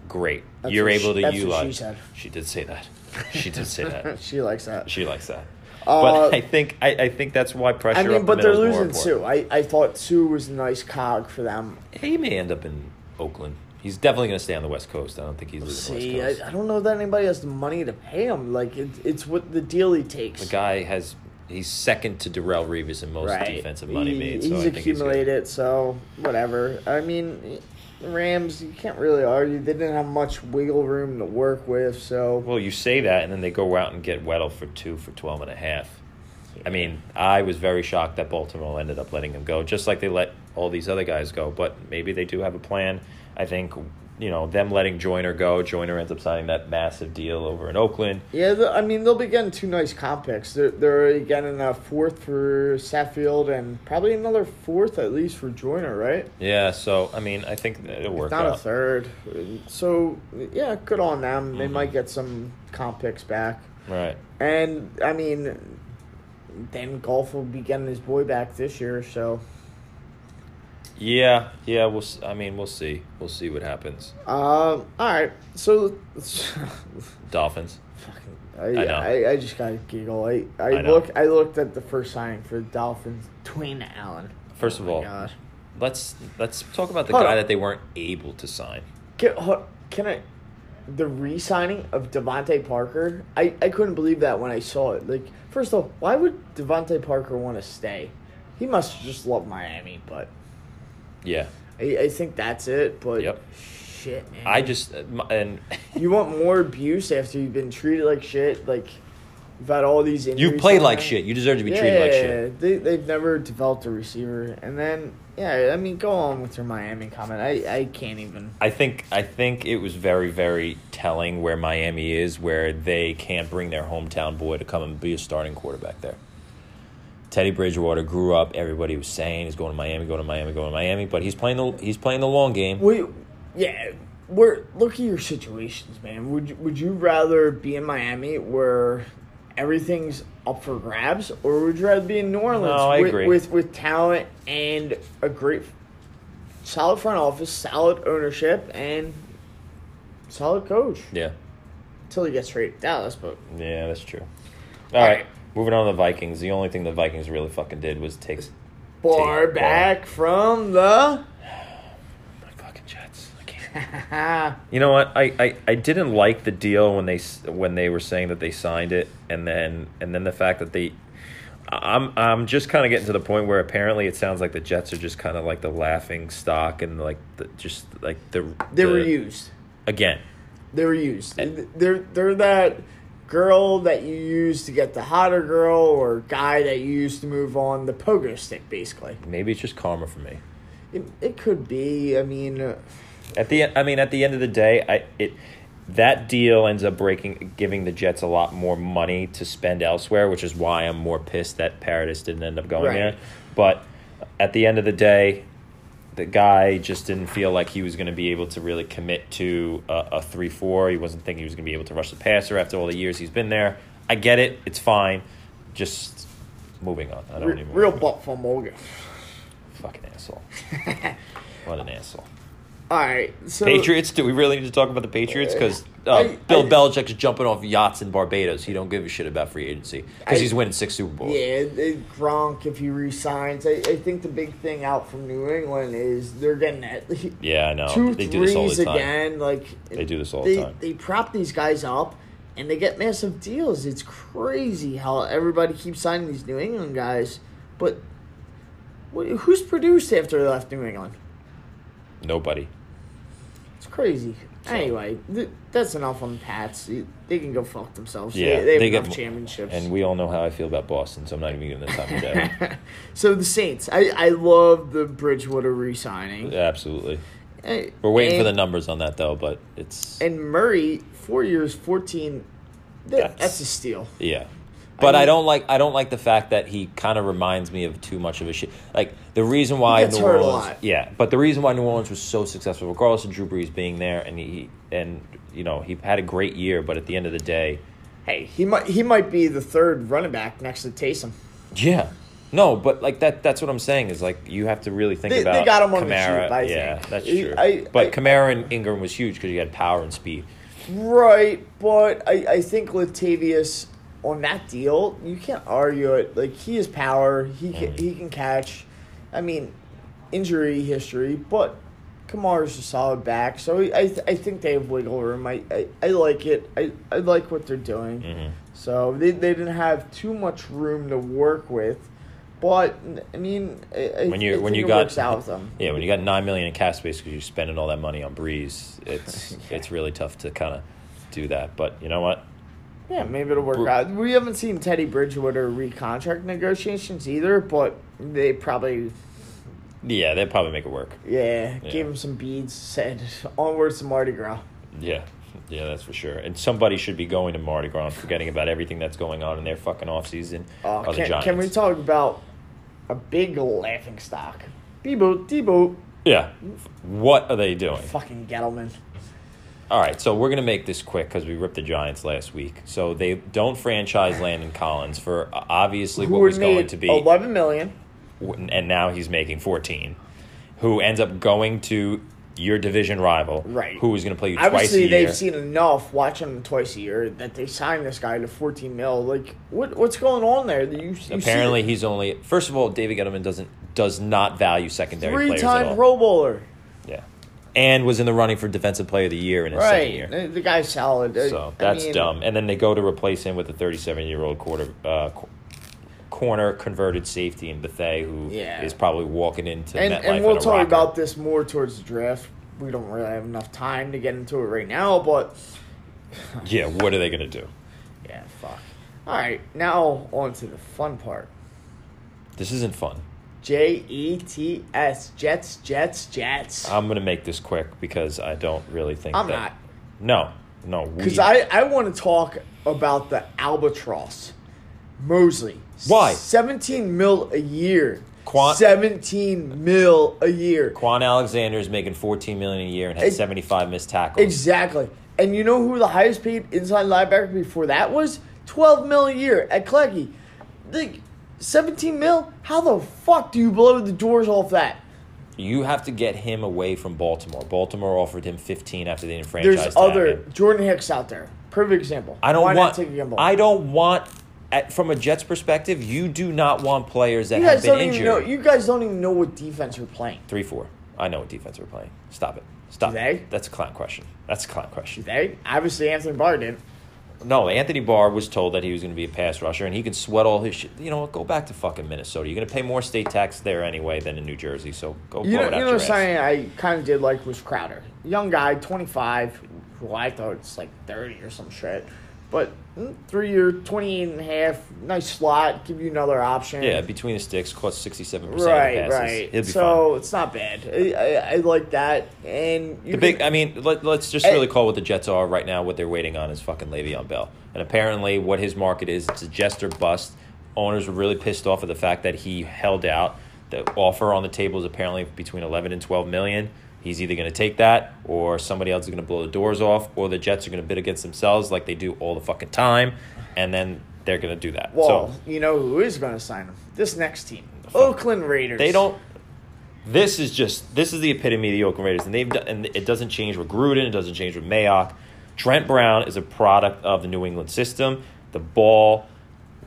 A: great.
B: That's
A: You're
B: what
A: able
B: she-
A: to
B: that's what she
A: utilize.
B: said.
A: she did say that. She did say that.
B: She likes that.
A: She likes that.
B: Uh,
A: but I think I, I think that's why pressure.
B: I mean,
A: up
B: but
A: the
B: they're
A: middle is more
B: losing
A: important.
B: Sue. I, I thought Sue was a nice cog for them.
A: He may end up in Oakland. He's definitely going to stay on the West Coast. I don't think he's leaving
B: See,
A: the
B: I,
A: West Coast.
B: I don't know that anybody has the money to pay him. Like it, it's what the deal he takes.
A: the guy has he's second to Darrell Reeves in most defensive money
B: He-
A: made. So
B: He's
A: I think he's gonna-
B: accumulated, so whatever. I mean, the Rams, you can't really argue. They didn't have much wiggle room to work with, so
A: Well, you say that, and then they go out and get Weddle for two for 12 and a half. I mean, I was very shocked that Baltimore ended up letting him go, just like they let all these other guys go. But maybe they do have a plan. I think, you know, them letting Joyner go, Joyner ends up signing that massive deal over in Oakland.
B: yeah. The, I mean, they'll be getting two nice comp picks. They're they're already getting a fourth for Saffield and probably another fourth at least for Joyner, right?
A: Yeah, so, I mean, I think it'll work
B: Not a
A: out.
B: third. So yeah, good on them.
A: Mm-hmm.
B: They might get some comp picks back.
A: right.
B: And I mean, then golf will be getting his boy back this year. So,
A: Yeah, yeah, we'll, s- I mean, we'll see. We'll see what happens.
B: um, all right. So, fucking,
A: Dolphins.
B: I, I,
A: know.
B: I, just gotta giggle. I, I,
A: I know.
B: look I looked at the first signing for the Dolphins, Dwayne Allen.
A: First of
B: Oh my
A: all,
B: gosh.
A: let's let's talk about the
B: Hold
A: guy
B: on.
A: that they weren't able to sign.
B: Can, ho- can I? The re-signing of Devontae Parker, I, I couldn't believe that when I saw it. Like, first of all, why would Devontae Parker want to stay? He must just love Miami, but
A: Yeah.
B: I, I think that's it. But
A: Yep.
B: shit, man.
A: I just uh, and
B: You want more abuse after you've been treated like shit? Like, you've had all these injuries.
A: you played like
B: somewhere?
A: shit. You deserve to be
B: yeah,
A: treated like shit.
B: They, they've never developed a receiver. And then, yeah, I mean, go on with your Miami comment. I, I can't even.
A: I think I think it was very very telling where Miami is, where they can't bring their hometown boy to come and be a starting quarterback there. Teddy Bridgewater grew up. Everybody was saying he's going to Miami, going to Miami, going to Miami, but he's playing the he's playing the long game.
B: We, yeah, we're, look at your situations, man. Would, you- would you rather be in Miami where everything's up for grabs, or would you rather be in New Orleans
A: No, I
B: with,
A: agree.
B: with, with talent and a great, solid front office, solid ownership, and solid coach?
A: Yeah,
B: until he gets traded to Dallas. But
A: yeah, that's true. All right, moving on to the Vikings. The only thing the Vikings really fucking did was take Bar.
B: Bar back from the
A: my fucking Jets. I can't. You know what? I, I, I didn't like the deal when they s- when they were saying that they signed it, and then and then the fact that they, I- I'm I'm just kind of getting to the point where apparently it sounds like the Jets are just kind of like the laughing stock and like the, just like the
B: they were
A: the-
B: used.
A: again.
B: They were used. They're they're that girl that you use to get the hotter girl or guy that you use to move on the pogo stick, basically.
A: Maybe it's just karma for me.
B: It, it could be. I mean, uh,
A: At the I mean, at the end of the day, I it that deal ends up breaking, giving the Jets a lot more money to spend elsewhere, which is why I'm more pissed that Paradis didn't end up going
B: Right.
A: there. But at the end of the day, the guy just didn't feel like he was going to be able to really commit to a, a three four. He wasn't thinking he was going to be able to rush the passer after all the years he's been there. I get it; it's fine. Just moving on. I don't
B: re-
A: even
B: real butt fumble.
A: fucking asshole. what an asshole.
B: All right. So
A: Patriots? Do we really need to talk about the Patriots? Because
B: I-
A: uh, Bill
B: I-
A: Belichick's jumping off yachts in Barbados. He don't give a shit about free agency because
B: I-
A: he's winning six Super Bowls.
B: Yeah, they- Gronk if he resigns. I, I think the big thing out from New England is they're getting at least
A: Yeah, I know.
B: two
A: Um, they
B: threes
A: do this all the time.
B: again. Like
A: They do this all
B: they,
A: the time.
B: They prop these guys up and they get massive deals. It's crazy how everybody keeps signing these New England guys, but wh- who's produced after they left New England?
A: Nobody.
B: It's crazy. Anyway, th- that's enough on Pats. They can go fuck themselves.
A: Yeah,
B: they, they have
A: they get
B: enough
A: mo-
B: championships.
A: And we all know how I feel about Boston, so I'm not even giving them the time of day.
B: so the Saints, I, I love the Bridgewater re-signing.
A: Absolutely.
B: Eh,
A: We're waiting for the
B: and-
A: numbers on that though, but it's
B: And Murray, four years, fourteen. That, that's,
A: That's-
B: a steal.
A: Yeah. But I,
B: mean-
A: don't like I don't like the fact that he kind of reminds me of too much of a shit. Like the reason why
B: He gets
A: New
B: hurt a
A: Orleans,
B: lot.
A: yeah, but the reason why New Orleans was so successful, regardless of Drew Brees being there, and he and you know he had a great year, but at the end of the day,
B: Hey, he might he might be the third running back next to Taysom.
A: yeah, no, but like that that's what I'm saying is like you have to really think
B: They- they
A: about
B: got him on the
A: Kamara.
B: cheap, I
A: yeah,
B: think.
A: that's
B: He-
A: true.
B: I-
A: but
B: I-
A: Kamara and Ingram was huge because you had power and speed.
B: Right, but I, I think Latavius on that deal, you can't argue it. Like he has power, he can,
A: Mm-hmm.
B: he can catch. I mean, injury history, but Kamara's a solid back, so I I, th- I think they have wiggle room. I, I, I like it. I, I like what they're doing.
A: Mm-hmm.
B: So they they didn't have too much room to work with, but I mean, I, I,
A: When you-
B: I
A: when
B: think
A: you
B: it
A: got-
B: works out with them.
A: Yeah, when you got nine million in cap space because you're spending all that money on Brees, it's it's really tough to kind of do that. But you know what?
B: Yeah, maybe it'll work
A: Bru-
B: out. We haven't seen Teddy Bridgewater recontract negotiations either, but they probably,
A: Yeah, they'd probably make it work.
B: yeah,
A: Yeah.
B: gave him some beads, said, onwards to Mardi Gras.
A: Yeah, yeah, that's for sure. And somebody should be going to Mardi Gras, and forgetting about everything that's going on in their fucking off season.
B: Uh,
A: Oh, the
B: can,
A: Giants.
B: can we talk about a big laughing stock? Debo, Debo,
A: Yeah, what are they doing?
B: fucking Gettleman.
A: All right, so we're gonna make this quick because we ripped the Giants last week. So they don't franchise Landon Collins for uh, obviously what
B: would
A: was going
B: need
A: to be
B: 11 million.
A: and now he's making 14 who ends up going to your division rival
B: Right.
A: who is going to play you twice a
B: Obviously,
A: year
B: they've seen enough watching him twice a year that they signed this guy to 14 mil. Like, what what's going on there? You, you see
A: apparently he's only first of all david gettleman doesn't does not value secondary
B: three
A: players at all
B: time Pro Bowler.
A: yeah and was in the running for defensive player of the year in his second
B: Right.
A: year
B: The, the guy's solid. I-
A: so
B: I
A: that's
B: mean,
A: dumb and then they go to replace him with a 37 year old quarter uh, co- corner converted safety in Bethay, who is
B: Yeah.
A: probably walking into
B: And,
A: MetLife
B: and we'll
A: in a
B: talk
A: rocker.
B: about this more towards the draft. We don't really have enough time to get into it right now, but
A: yeah what are they going to do
B: yeah, fuck. All right, now on to the fun part.
A: this isn't fun
B: J E T S Jets Jets Jets.
A: I'm gonna make this quick because I don't really think
B: I'm
A: that- No, no.
B: Because
A: we-
B: I I want to talk about the albatross, Mosley.
A: Why?
B: Seventeen mil a year.
A: Quan-
B: Seventeen mil a year.
A: Quan Alexander is making 14 million a year and had
B: Ex-
A: 75 missed tackles.
B: Exactly. And you know who the highest paid inside linebacker before that was? 12 mil a year at Cleggie. Like 17 mil? How the fuck do you blow the doors off that?
A: you have to get him away from Baltimore. Baltimore offered him 15 after they didn't franchise.
B: There's
A: tag
B: other
A: him.
B: Jordan Hicks out there. Perfect example.
A: I don't
B: Why
A: want.
B: not take a gamble?
A: I don't want. At, from a Jets perspective, you do not want players that
B: you
A: have
B: guys
A: been
B: don't even
A: injured.
B: know. You guys don't even know what defense you're playing.
A: Three, four. I know what defense we're playing. Stop it. Stop.
B: Do they?
A: It. That's a clown question. That's a clown question.
B: They obviously Anthony Barr did.
A: No, Anthony Barr was told that he was going to be a pass rusher, and he can sweat all his shit. You know, what? go back to fucking Minnesota. You're going to pay more state tax there anyway than in New Jersey, so go blow it
B: You know, you
A: out
B: know
A: your
B: what
A: ass.
B: something I kind of did like was Crowder, young guy, twenty five, who I thought was like thirty or some shit, but mm, three year, 28 and a half, nice slot, give you another option.
A: Yeah, between the sticks, caught 67 percent
B: right,
A: of the passes.
B: right.
A: He'll be
B: so
A: fine.
B: it's not bad. I, I, I like that, and
A: The
B: you can-
A: big, I mean, let, let's just
B: Eh.
A: really call what the Jets are right now. What they're waiting on is fucking Le'Veon Bell, and apparently, what his market is, it's a jester bust. Owners were really pissed off at the fact that he held out. The offer on the table is apparently between 11 and 12 million. He's either going to take that, or somebody else is going to blow the doors off, or the Jets are going to bid against themselves like they do all the fucking time, and then they're going to do that.
B: well,
A: so
B: you know who is going to sign him? This next team, Oakland Raiders.
A: they don't. This is just this is the epitome of the Oakland Raiders, and they've done, and it doesn't change with Gruden, it doesn't change with Mayock. Trent Brown is a product of the New England system. The ball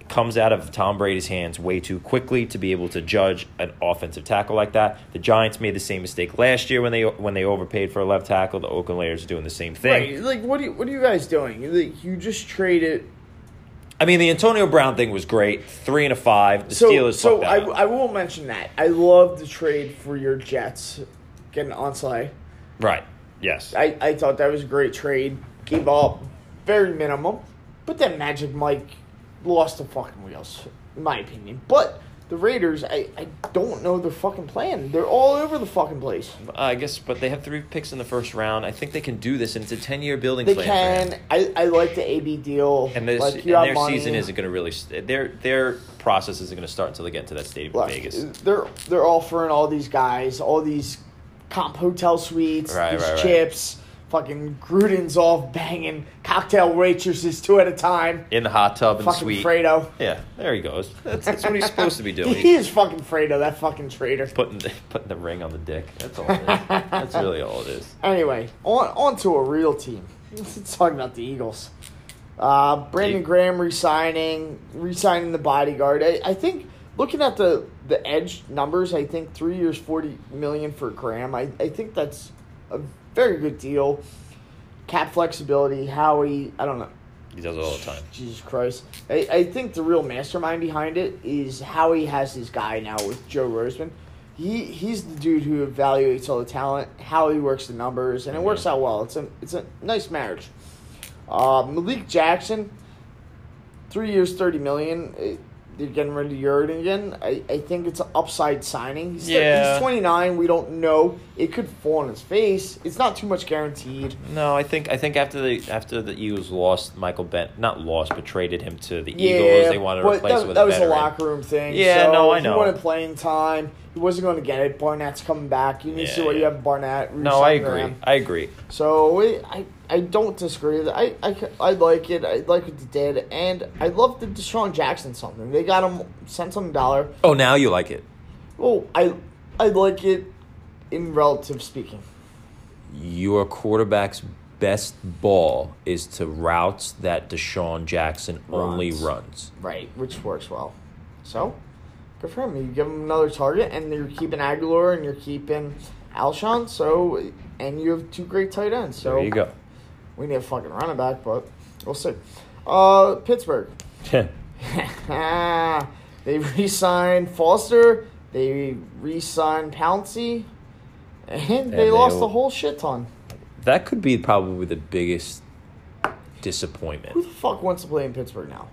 A: comes out of Tom Brady's hands way too quickly to be able to judge an offensive tackle like that. The Giants made the same mistake last year when they when they overpaid for a left tackle. The Oakland Raiders are doing the same thing.
B: Right, like what? Are you, what are you guys doing? Like, you just traded.
A: I mean, the Antonio Brown thing was great. Three and a five. The
B: So,
A: Steelers.
B: so
A: fucked
B: I,
A: that up.
B: I will mention that I love the trade for your Jets getting Onslow.
A: right. Yes.
B: I, I thought that was a great trade. Gave up very minimum, but then Magic Mike lost the fucking wheels, in my opinion. But the Raiders, I, I don't know their fucking plan. They're all over the fucking place.
A: Uh, I guess, but they have three picks in the first round. I think they can do this, and it's a ten-year building
B: They
A: plan. for
B: can.
A: him.
B: I, I like the AB deal.
A: And, this,
B: like,
A: and
B: you have
A: their
B: money.
A: season isn't going to really. St- their their process isn't going to start until they get into that stadium
B: Look,
A: in Vegas.
B: They're they're offering all these guys all these comp hotel suites,
A: Right,
B: these
A: right, right.
B: chips. Fucking Gruden's off banging cocktail waitresses two at a time.
A: In the hot tub and the
B: Fucking
A: suite.
B: Fredo.
A: Yeah, there he goes. That's, that's what he's supposed to be doing.
B: He is fucking Fredo, that fucking traitor.
A: putting the, putting the ring on the dick. That's all. It is. That's really all it is.
B: Anyway, on, on to a real team. Let's talk about the Eagles. Uh, Brandon
A: Yeah.
B: Graham resigning, resigning the bodyguard. I, I think looking at the the edge numbers, I think three years, forty million for Graham. I, I think that's a very good deal. Cap flexibility, Howie. I don't know.
A: He does it all the time.
B: Jesus Christ. I, I think the real mastermind behind it is how he has his guy now with Joe Roseman. He he's the dude who evaluates all the talent, how he works the numbers, and it works out well. It's a it's a nice marriage. Uh, Malik Jackson, three years, thirty million. Eh, They're getting rid of Yurden again. I, I think it's an upside signing. He's,
A: Yeah.
B: he's twenty nine. We don't know. It could fall on his face. It's not too much guaranteed.
A: No, I think I think after the after the Eagles lost Michael Bent, not lost, but traded him to the Eagles. They wanted to
B: but
A: replace
B: that,
A: him with
B: that
A: a
B: was
A: veteran.
B: a locker room thing.
A: Yeah,
B: so
A: no, I
B: He
A: know.
B: wanted playing time. He wasn't going to get it. Barnett's coming back. You need to
A: Yeah,
B: see what you
A: yeah.
B: have in Barnett.
A: No, I
B: resign
A: agree.
B: Graham.
A: I agree.
B: So it, I I don't disagree. with it. I, I c- I like it. I like what they did, and I love the Deshaun Jackson something. They got him sent him a dollar.
A: Oh, now you like it.
B: Well, I I like it in relative speaking.
A: Your quarterback's best ball is to routes that Deshaun Jackson only
B: Runs.
A: runs.
B: Right, which works well. So, good for him. You give him another target, and you're keeping Aguilar and you're keeping Alshon. So, and you have two great tight ends. So
A: There you go.
B: We need a fucking running back, but we'll see. Uh, Pittsburgh. they re-signed Foster. They re-signed Pouncey, and they,
A: they
B: lost
A: will-
B: a whole shit ton.
A: that could be probably the biggest disappointment.
B: Who the fuck wants to play in Pittsburgh now?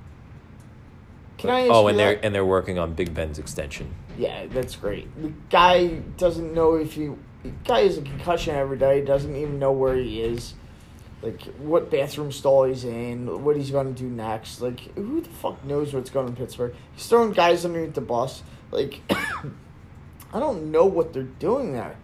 B: Can I? Ask
A: Oh,
B: you
A: and
B: that?
A: they're and they're working on Big Ben's extension.
B: Yeah, that's great. The guy doesn't know if he. The guy has a concussion every day. Doesn't even know where he is, like what bathroom stall he's in, what he's going to do next. Like who the fuck knows what's going on in Pittsburgh? He's throwing guys underneath the bus. Like I don't know what they're doing there.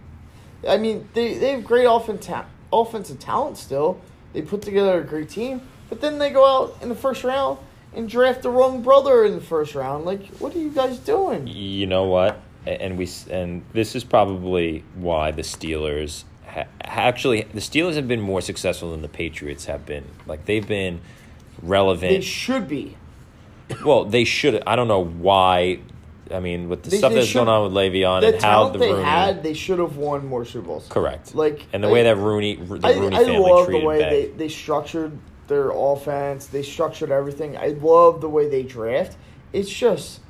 B: I mean, they they have great offensive ta- offensive talent still. They put together a great team, but then they go out in the first round and draft the wrong brother in the first round. Like, what are you guys doing?
A: you know what A- and we s- and this is probably why the steelers ha- actually the steelers have been more successful than the patriots have been like they've been relevant
B: They should be.
A: well they should i don't know why i mean with the
B: They-
A: stuff
B: they
A: that's
B: should-
A: going on with Le'Veon
B: The
A: and how
B: talent
A: the
B: they
A: Rooney
B: had, they should have won more Super Bowls.
A: correct
B: Like,
A: and the
B: I-
A: way that Rooney the
B: I,
A: Rooney
B: I
A: family
B: love the
A: treated
B: way
A: Beck.
B: they, they structured their offense. They structured everything. I love the way they draft. It's just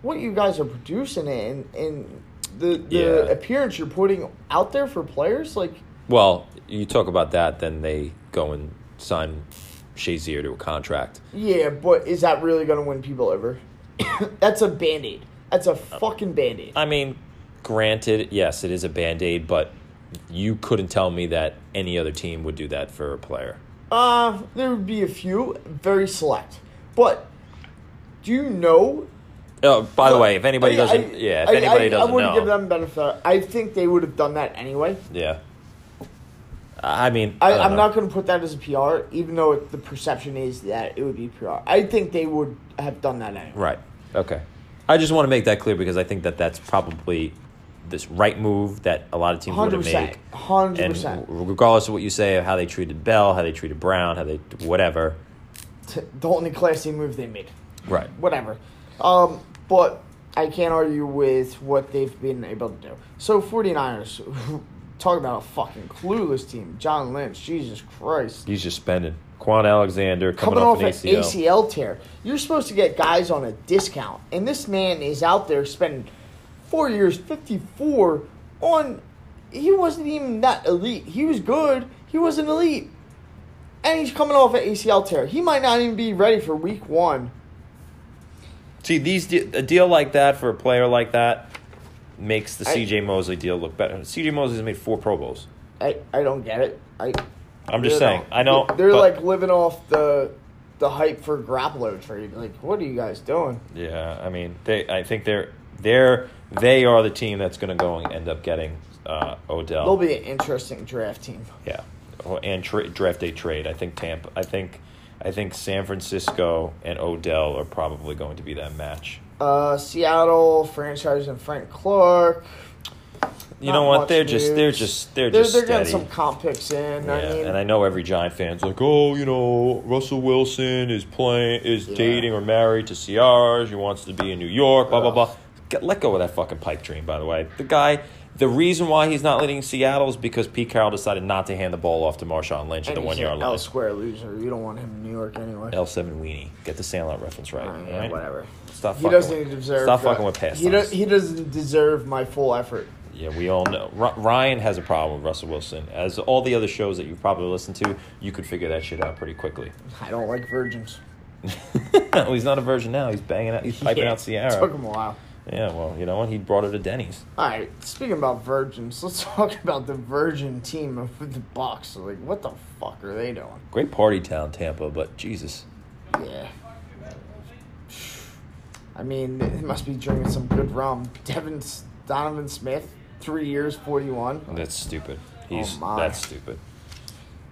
B: what you guys are producing and and the the
A: Yeah.
B: appearance you're putting out there for players. Like,
A: well you talk about that then they go and sign Shazier to a contract
B: yeah, but is that really going to win people over? That's a band aid. That's a fucking band aid.
A: I mean, granted, yes, it is a band aid, but you couldn't tell me that any other team would do that for a player.
B: Uh, there would be a few, very select. But do you know?
A: Oh, by the way, if anybody
B: I-
A: doesn't,
B: I-
A: yeah, if
B: I-
A: anybody
B: I,
A: doesn't
B: I wouldn't
A: know,
B: give them benefit. I think they would have done that anyway.
A: yeah. I mean,
B: I,
A: don't
B: I'm
A: know.
B: not going to put that as a PR, even though it, the perception is that it would be PR. I think they would have done that anyway.
A: right. Okay, I just want to make that clear because I think that that's probably this right move that a lot of teams wouldn't
B: 100%,
A: make.
B: 100%.
A: And regardless of what you say of how they treated Bell, how they treated Brown, how they whatever.
B: T- the only classy move they made.
A: Right.
B: Whatever. Um, but I can't argue with what they've been able to do. So 49ers, talk about a fucking clueless team. John Lynch, Jesus Christ.
A: He's just spending. Quan Alexander coming,
B: Coming off
A: an
B: an
A: ACL.
B: ACL tear, you're supposed to get guys on a discount, and this man is out there spending four years, fifty-four on. He wasn't even that elite. He was good. He wasn't elite, and he's coming off an ACL tear. He might not even be ready for week one.
A: See, these de- a deal like that for a player like that makes the
B: I-
A: CJ Mosley deal look better. CJ Mosley's made four Pro Bowls.
B: I, I don't get it. I
A: I'm just
B: really
A: saying.
B: don't.
A: I know
B: they're
A: but-
B: like living off the the hype for Garoppolo trade. Like, what are you guys doing?
A: Yeah, I mean, they. I think they're they're they are the team that's going to go and end up getting uh, Odell.
B: They'll be an interesting draft team.
A: Yeah, Oh, and tra- draft day trade. I think Tampa. I think I think San Francisco and Odell are probably going to be that match.
B: Uh, Seattle franchise and Frank Clark.
A: You
B: Not
A: know what?
B: much
A: They're just they're
B: news.
A: just they're,
B: They're,
A: just
B: they're
A: steady.
B: getting some comp picks in. I
A: Yeah,
B: mean,
A: and I know every Giant fan's like, oh, you know, Russell Wilson is playing, is
B: Yeah.
A: dating or married to Ciara. She wants to be in New York. Blah blah
B: Ugh.
A: blah. Get, let go of that fucking pipe dream. By the way, the guy, the reason why he's not leading Seattle is because Pete Carroll decided not to hand the ball off to Marshawn Lynch at
B: and
A: the
B: he's "Oh,
A: one
B: an
A: yard line.
B: L square loser. You don't want him in New York anyway.
A: L seven weenie. Get the Sandlot reference right.
B: Uh,
A: all
B: yeah,
A: right?
B: Whatever.
A: Stop.
B: He
A: fucking
B: doesn't
A: with,
B: deserve.
A: Stop
B: uh,
A: fucking with pastimes.
B: He, do, he doesn't deserve my full effort.
A: Yeah, we all know. R- Ryan has a problem with Russell Wilson. As all the other shows that you've probably listened to, you could figure that shit out pretty quickly.
B: I don't like virgins.
A: well, he's not a virgin now. He's banging out. He's piping
B: Yeah,
A: out Sierra.
B: Took him a while.
A: Yeah, well, you know what? He brought her to Denny's.
B: All right, speaking about virgins, let's talk about the virgin team of the Bucks. Like, what the fuck are they doing?
A: Great party town, Tampa, but Jesus.
B: Yeah. I mean, they must be drinking some good rum. Devin S- Donovan Smith, three years, forty-one.
A: That's stupid. He's
B: Oh, my.
A: that's stupid.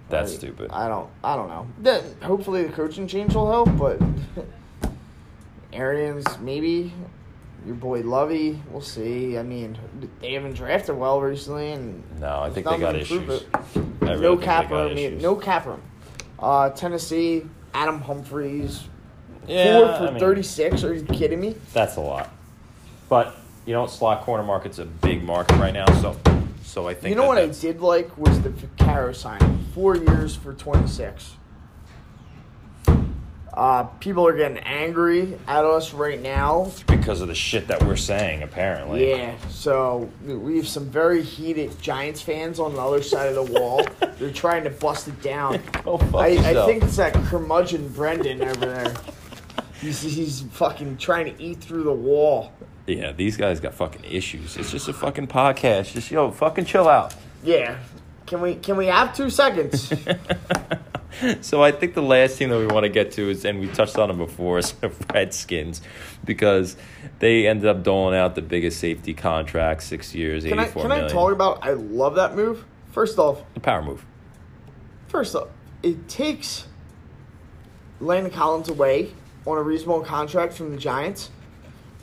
A: That's
B: Like,
A: stupid.
B: I don't. I don't know. Then hopefully the coaching change will help, but Arians maybe your boy Lovey. We'll see. I mean, they haven't drafted well recently, and
A: no, I think they
B: nothing
A: got
B: to
A: issues.
B: prove it.
A: I really
B: no
A: think they got
B: cap room.
A: issues.
B: No cap room. Uh, Tennessee, Adam Humphreys,
A: Yeah,
B: four for
A: I mean,
B: thirty-six. Are you kidding me?
A: That's a lot. But you know, slot corner market's a big market right now. So, so I think
B: You know
A: that
B: what I
A: that's-
B: did like was the Vaccaro signing. Four years for 26. Uh, people are getting angry at us right now.
A: because of the shit that we're saying, apparently.
B: Yeah, so we have some very heated Giants fans on the other side of the wall. They're trying to bust it down.
A: Go fuck
B: I, I
A: yourself.
B: think it's that curmudgeon Brendan over there. He's, he's fucking trying to eat through the wall.
A: Yeah, these guys got fucking issues. It's just a fucking podcast. Just yo, fucking chill out.
B: Yeah. Can we can we have two seconds?
A: So I think the last team that we want to get to is, and we touched on them before, is the Redskins, because they ended up doling out the biggest safety contract, six years,
B: Can I
A: eighty-four
B: can
A: million.
B: I talk about? I love that move. First off,
A: the power move?
B: first off, it takes Landon Collins away on a reasonable contract from the Giants,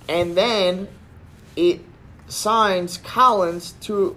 B: and then it signs Collins to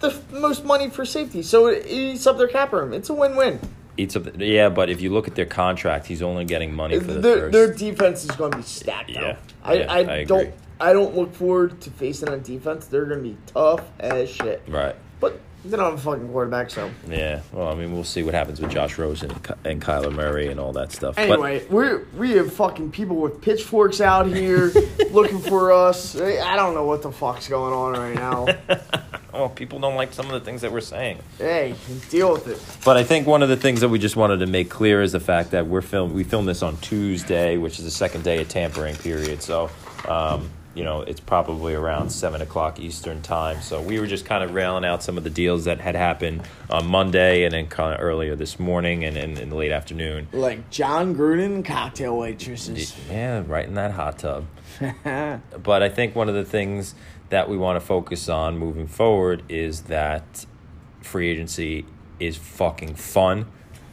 B: the f- most money for safety. So it eats up their cap room. It's a win-win.
A: Eats up. The, yeah, but if you look at their contract, he's only getting money for the
B: Their,
A: first.
B: their defense is going to be stacked.
A: Yeah,
B: Yeah, I,
A: yeah,
B: I,
A: I
B: don't.
A: agree.
B: I don't look forward to facing a defense. They're going to be tough as shit.
A: Right.
B: But they don't have a fucking quarterback, so.
A: Yeah. Well, I mean, we'll see what happens with Josh Rosen and, Ky- and Kyler Murray and all that stuff. But-
B: Anyway, we're we have fucking people with pitchforks out here looking for us. I I don't know what the fuck's going on right now.
A: oh, people don't like some of the things that we're saying.
B: hey, deal with it.
A: But I think one of the things that we just wanted to make clear is the fact that we're film we filmed this on Tuesday, which is the second day of tampering period. So, um, you know, it's probably around seven o'clock Eastern time. So we were just kind of railing out some of the deals that had happened on Monday and then kind of earlier this morning and in the late afternoon.
B: Like John Gruden cocktail waitresses.
A: Yeah, right in that hot tub.
B: That's
A: But I think one of the things that we want to focus on moving forward is that free agency is fucking fun.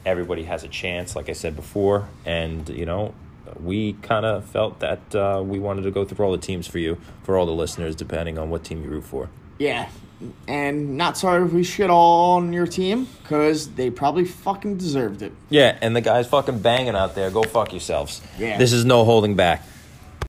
A: Everybody has a chance, like I said before. And, you know, we kind of felt that uh, we wanted to go through all the teams for you, for all the listeners, depending on what team you root for.
B: Yeah. And not sorry if we shit all on your team, because they probably fucking deserved it.
A: Yeah, and the guy's fucking banging out there. Go fuck yourselves.
B: Yeah.
A: This is no holding back.